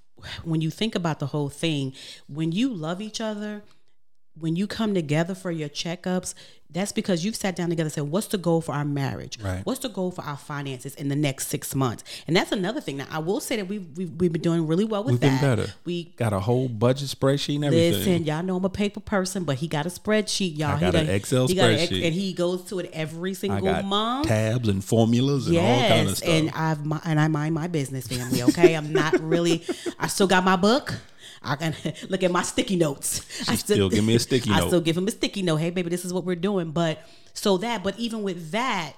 B: when you think about the whole thing, when you love each other, when you come together for your checkups, that's because you've sat down together and said, "What's the goal for our marriage?
A: Right.
B: What's the goal for our finances in the next six months?" And that's another thing. Now, I will say that we've we've, we've been doing really well with
A: We've been
B: that.
A: better.
B: We
A: Got a whole budget spreadsheet and everything.
B: Listen, y'all know I'm a paper person, but he got a spreadsheet, y'all.
A: I got
B: he
A: an Excel
B: he got an ex-
A: spreadsheet.
B: and he goes to it every
A: I
B: single
A: got
B: month
A: tabs and formulas and all kind of stuff.
B: and I've my, and I mind my business, family. Okay, I'm not really. I still got my book. I can look at my sticky notes. I
A: still give me a sticky
B: I
A: note.
B: still give him a sticky note. Hey, baby, this is what we're doing. But so that, but even with that,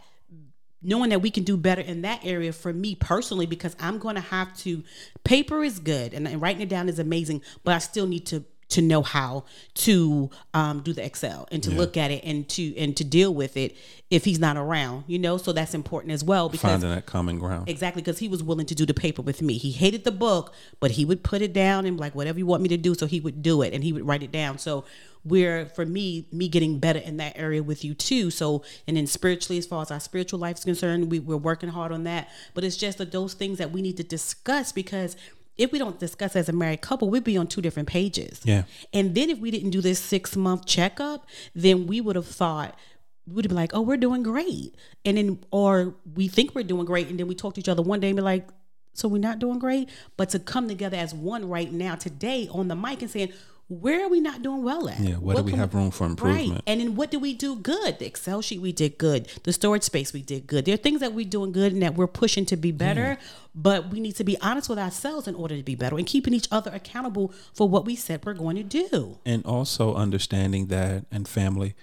B: knowing that we can do better in that area for me personally, because I'm going to have to. Paper is good, and, and writing it down is amazing, but I still need to to know how to um, do the Excel and to look at it and to and to deal with it if he's not around, you know. So that's important as well because
A: Finding that common ground.
B: Exactly, because he was willing to do the paper with me. He hated the book, but he would put it down and like whatever you want me to do, so he would do it and he would write it down. So we're for me, me getting better in that area with you too. So and then spiritually, as far as our spiritual life is concerned, we, we're working hard on that. But it's just that those things that we need to discuss because if we don't discuss as a married couple, we'd be on two different pages.
A: Yeah.
B: And then if we didn't do this six month checkup, then we would have thought we would have been like, oh, we're doing great. And then or we think we're doing great. And then we talk to each other one day and be like, so we're not doing great. But to come together as one right now today on the mic and saying, where are we not doing well at?
A: Yeah. What, do we
B: can
A: have room for improvement?
B: Right. And then what do we do good? The Excel sheet we did good. The storage space we did good. There are things that we're doing good and that we're pushing to be better, but we need to be honest with ourselves in order to be better and keeping each other accountable for what we said we're going to do.
A: and also understanding that and family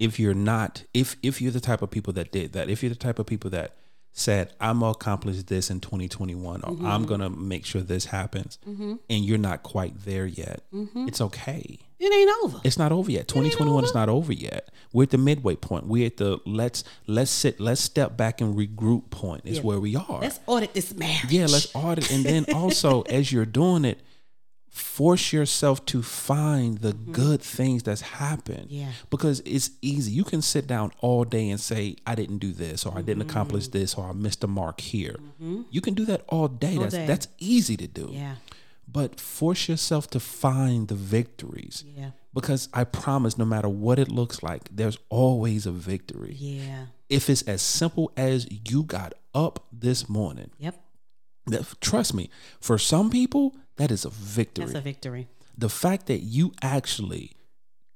A: if you're not if if you're the type of people that did that if you're the type of people that said i'm gonna accomplish this in 2021 or i'm gonna make sure this happens and you're not quite there yet it's okay
B: It ain't over.
A: it's not over yet 2021 is not over yet we're at the midway point we're at the let's let's sit let's step back and regroup point is where we are
B: Let's audit this marriage.
A: yeah, let's audit. And then also, as you're doing it, force yourself to find the good things that's happened.
B: Mm-hmm. Yeah.
A: Because it's easy. You can sit down all day and say, I didn't do this, or I didn't
B: Mm-hmm.
A: accomplish this, or I missed the mark here. You can do that all day. that's
B: day.
A: that's easy to do.
B: Yeah.
A: But force yourself to find the victories.
B: Yeah.
A: Because I promise, no matter what it looks like, there's always a victory.
B: Yeah.
A: If it's as simple as you got up this morning
B: Yep.
A: that, trust me, for some people, that is a victory.
B: That's a victory.
A: the fact that you actually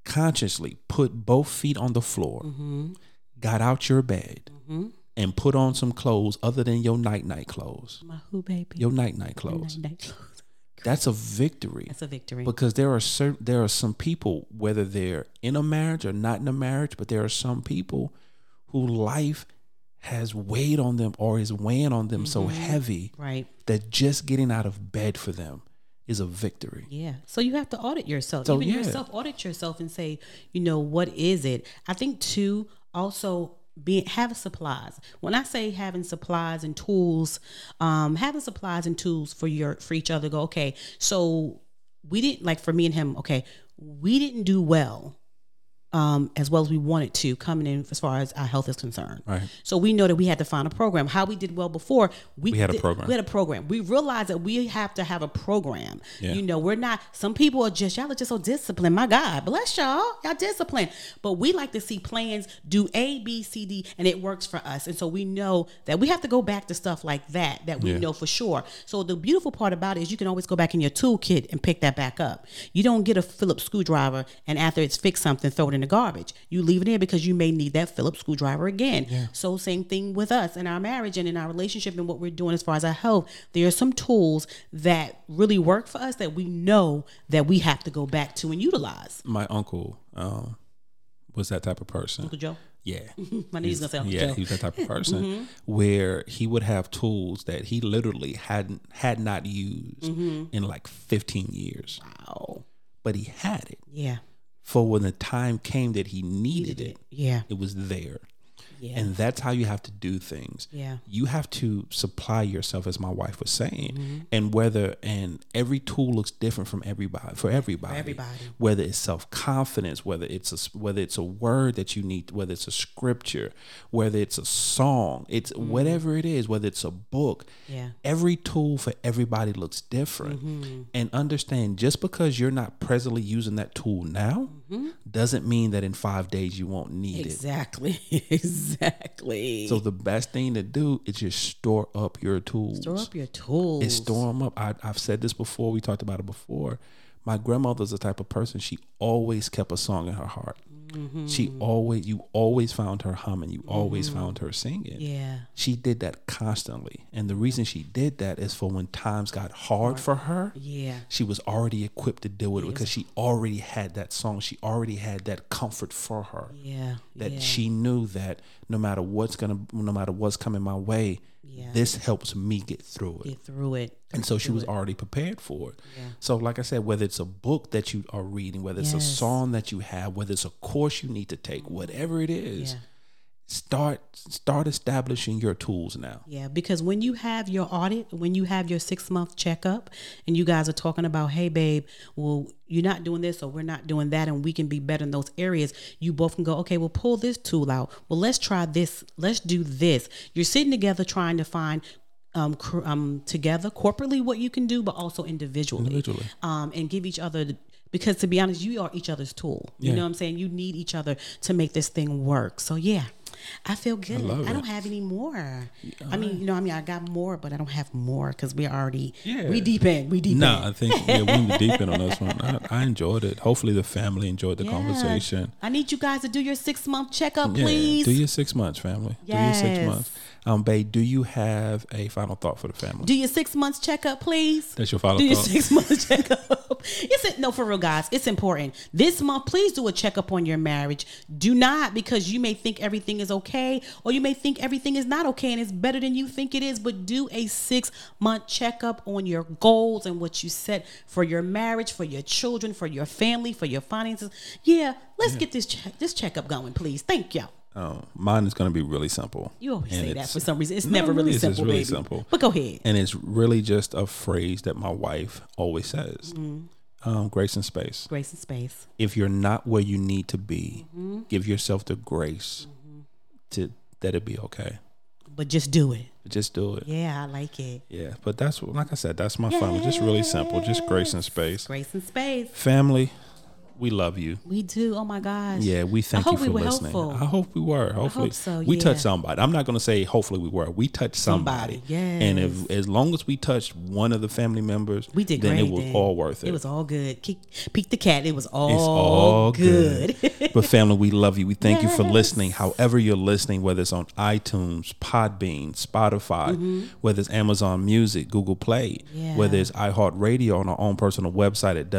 A: consciously put both feet on the floor,
B: Mm-hmm,
A: got out your bed, and put on some clothes other than your night night clothes,
B: My who baby.
A: your night night clothes,
B: Night, night.
A: that's a victory.
B: That's a victory.
A: because there are certain there are some people whether they're in a marriage or not in a marriage but there are some people who life has weighed on them or is weighing on them so
B: Mm-hmm.
A: heavy
B: right.
A: that just getting out of bed for them is a victory.
B: Yeah. So you have to audit yourself.
A: So,
B: Even
A: yeah.
B: yourself, audit yourself and say, you know, what is it? I think too, also be have supplies. When I say having supplies and tools, um, having supplies and tools for your for each other, go, okay, so we didn't like for me and him, okay, we didn't do well um, as well as we wanted to coming in as far as our health is concerned.
A: Right.
B: So we know that we had to find a program. How we did well before, we,
A: We had a
B: did-
A: program.
B: We had a program. We realized that we have to have a program.
A: Yeah.
B: You know, we're not. Some people are just y'all are just so disciplined. My God, bless y'all. Y'all disciplined. But we like to see plans do A, B, C, D, and it works for us. And so we know that we have to go back to stuff like that that we
A: Yeah.
B: know for sure. So the beautiful part about it is you can always go back in your toolkit and pick that back up. You don't get a Phillips screwdriver and after it's fixed something, throw it in the garbage. You leave it in because you may need that Phillips screwdriver again. So same thing with us in our marriage and in our relationship and what we're doing as far as our health. There are some tools that really work for us that we know that we have to go back to and utilize.
A: My uncle um, was that type of person.
B: Uncle Joe.
A: Yeah.
B: My knees gonna say Uncle
A: yeah,
B: Joe. Mm-hmm.
A: he was that type of person where he would have tools that he literally hadn't had not used
B: Mm-hmm.
A: in like 15 years,
B: Wow.
A: but he had it.
B: Yeah.
A: For when the time came that he needed it,
B: Yeah.
A: it was there.
B: Yeah.
A: And that's how you have to do things.
B: yeah.
A: you have to supply yourself as my wife was saying and whether and every tool looks different from everybody for everybody
B: everybody.
A: whether it's self-confidence whether it's a s- whether it's a word that you need whether it's a scripture whether it's a song it's whatever it is whether it's a book
B: Yeah.
A: every tool for everybody looks different and understand just because you're not presently using that tool now doesn't mean that in five days you won't need it
B: Exactly. exactly.
A: so the best thing to do is just store up your tools.
B: Store up your tools.
A: Is store 'em up. I, I've said this before. We talked about it before. My grandmother's the type of person. She always kept a song in her heart.
B: Mm-hmm.
A: She always, you always found her humming. You always found her singing.
B: yeah.
A: She did that constantly, and the reason she did that is for when times got hard for her.
B: Yeah.
A: She was already equipped to deal with it because she already had that song. She already had that comfort for her
B: Yeah.
A: that
B: yeah.
A: she knew that no matter what's gonna no matter what's coming my way
B: Yeah.
A: this helps me get through it
B: get through it.
A: and so she was already prepared for it so like i said whether it's a book that you are reading whether it's a
B: Yes.
A: song that you have whether it's a course you need to take whatever it is
B: Yeah.
A: start start establishing your tools now
B: Yeah, because when you have your audit, when you have your six month checkup, and you guys are talking about, hey, babe, well, you're not doing this, or we're not doing that, and we can be better in those areas, you both can go, okay, well, pull this tool out. Well, let's try this. Let's do this. You're sitting together trying to find. Um, cr- um, together corporately, what you can do, but also individually,
A: Individually.
B: um, and give each other the- because to be honest, you are each other's tool. You
A: Yeah.
B: know what I'm saying? You need each other to make this thing work. So yeah, I feel good.
A: love
B: I
A: it.
B: don't have any more. I mean, you know, I mean, I got more, but I don't have more because we already
A: Yeah.
B: we deep in, we deep
A: no i think yeah we went deep in on this one I, I enjoyed it hopefully the family enjoyed the
B: in.
A: conversation
B: Yeah. I need you guys to do your six month checkup,
A: Yeah,
B: please.
A: do your six months, family. Do your six
B: Yes.
A: months. Um, Bay, do you have a final thought for the family?
B: Do your six months checkup, please.
A: That's your final
B: do your
A: thought.
B: six months checkup. It's no for real, guys. It's important. This month, please do a checkup on your marriage. Do not because you may think everything is okay, or you may think everything is not okay, and it's better than you think it is. But do a six month checkup on your goals and what you set for your marriage, for your children, for your family, for your finances. Yeah, let's get this check this checkup going, please. Thank y'all.
A: Um, mine is going to be really simple.
B: You always
A: And
B: say that
A: it's-
B: for some reason. It's
A: No,
B: never
A: it
B: really
A: is. It's
B: simple,
A: really
B: baby.
A: simple.
B: But go ahead.
A: and it's really just a phrase that my wife always says
B: Mm-hmm.
A: um, grace and space.
B: Grace and space.
A: If you're not where you need to be,
B: Mm-hmm.
A: give yourself the grace to that it be okay.
B: But just do it.
A: Just do it. Yeah.
B: Yeah, I like it.
A: But that's what, like I said, that's my final. Just really simple. Just grace and space.
B: Grace and space.
A: Family, we love you.
B: We do. Oh my gosh.
A: Yeah, we thank you
B: hope
A: for
B: we were
A: listening.
B: helpful.
A: I hope we were. Hopefully,
B: so,
A: we
B: yeah.
A: touched somebody. I'm not going to say hopefully we were. We touched somebody.
B: Somebody, yes.
A: And if as long as we touched one of the family members,
B: We did
A: Then
B: great.
A: it was
B: then.
A: all worth it.
B: It was all good. Kick, peek the cat. It was all,
A: it's all
B: good.
A: good. but family, we love you. We thank you for listening. However you're listening, whether it's on iTunes, Podbean, Spotify, whether it's Amazon Music, Google Play,
B: Mm-hmm. Yeah.
A: whether it's iHeartRadio on our own personal website at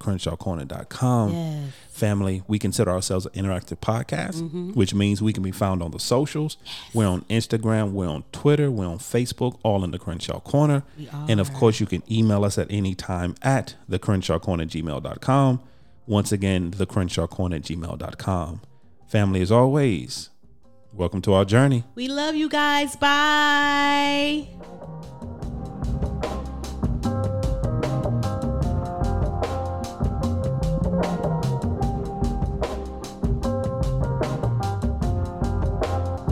A: www.thecrenshawcorner.com.
B: Yes.
A: Family, we consider ourselves an interactive podcast, which means we can be found on the socials. We're on Instagram, we're on Twitter, we're on Facebook, all in the Crenshaw Corner. And of course, you can email us at any time at the Crenshaw Corner gmail.com. Once again, the Crenshaw Corner gmail.com. Family, as always, welcome to our journey.
B: we love you guys. Bye.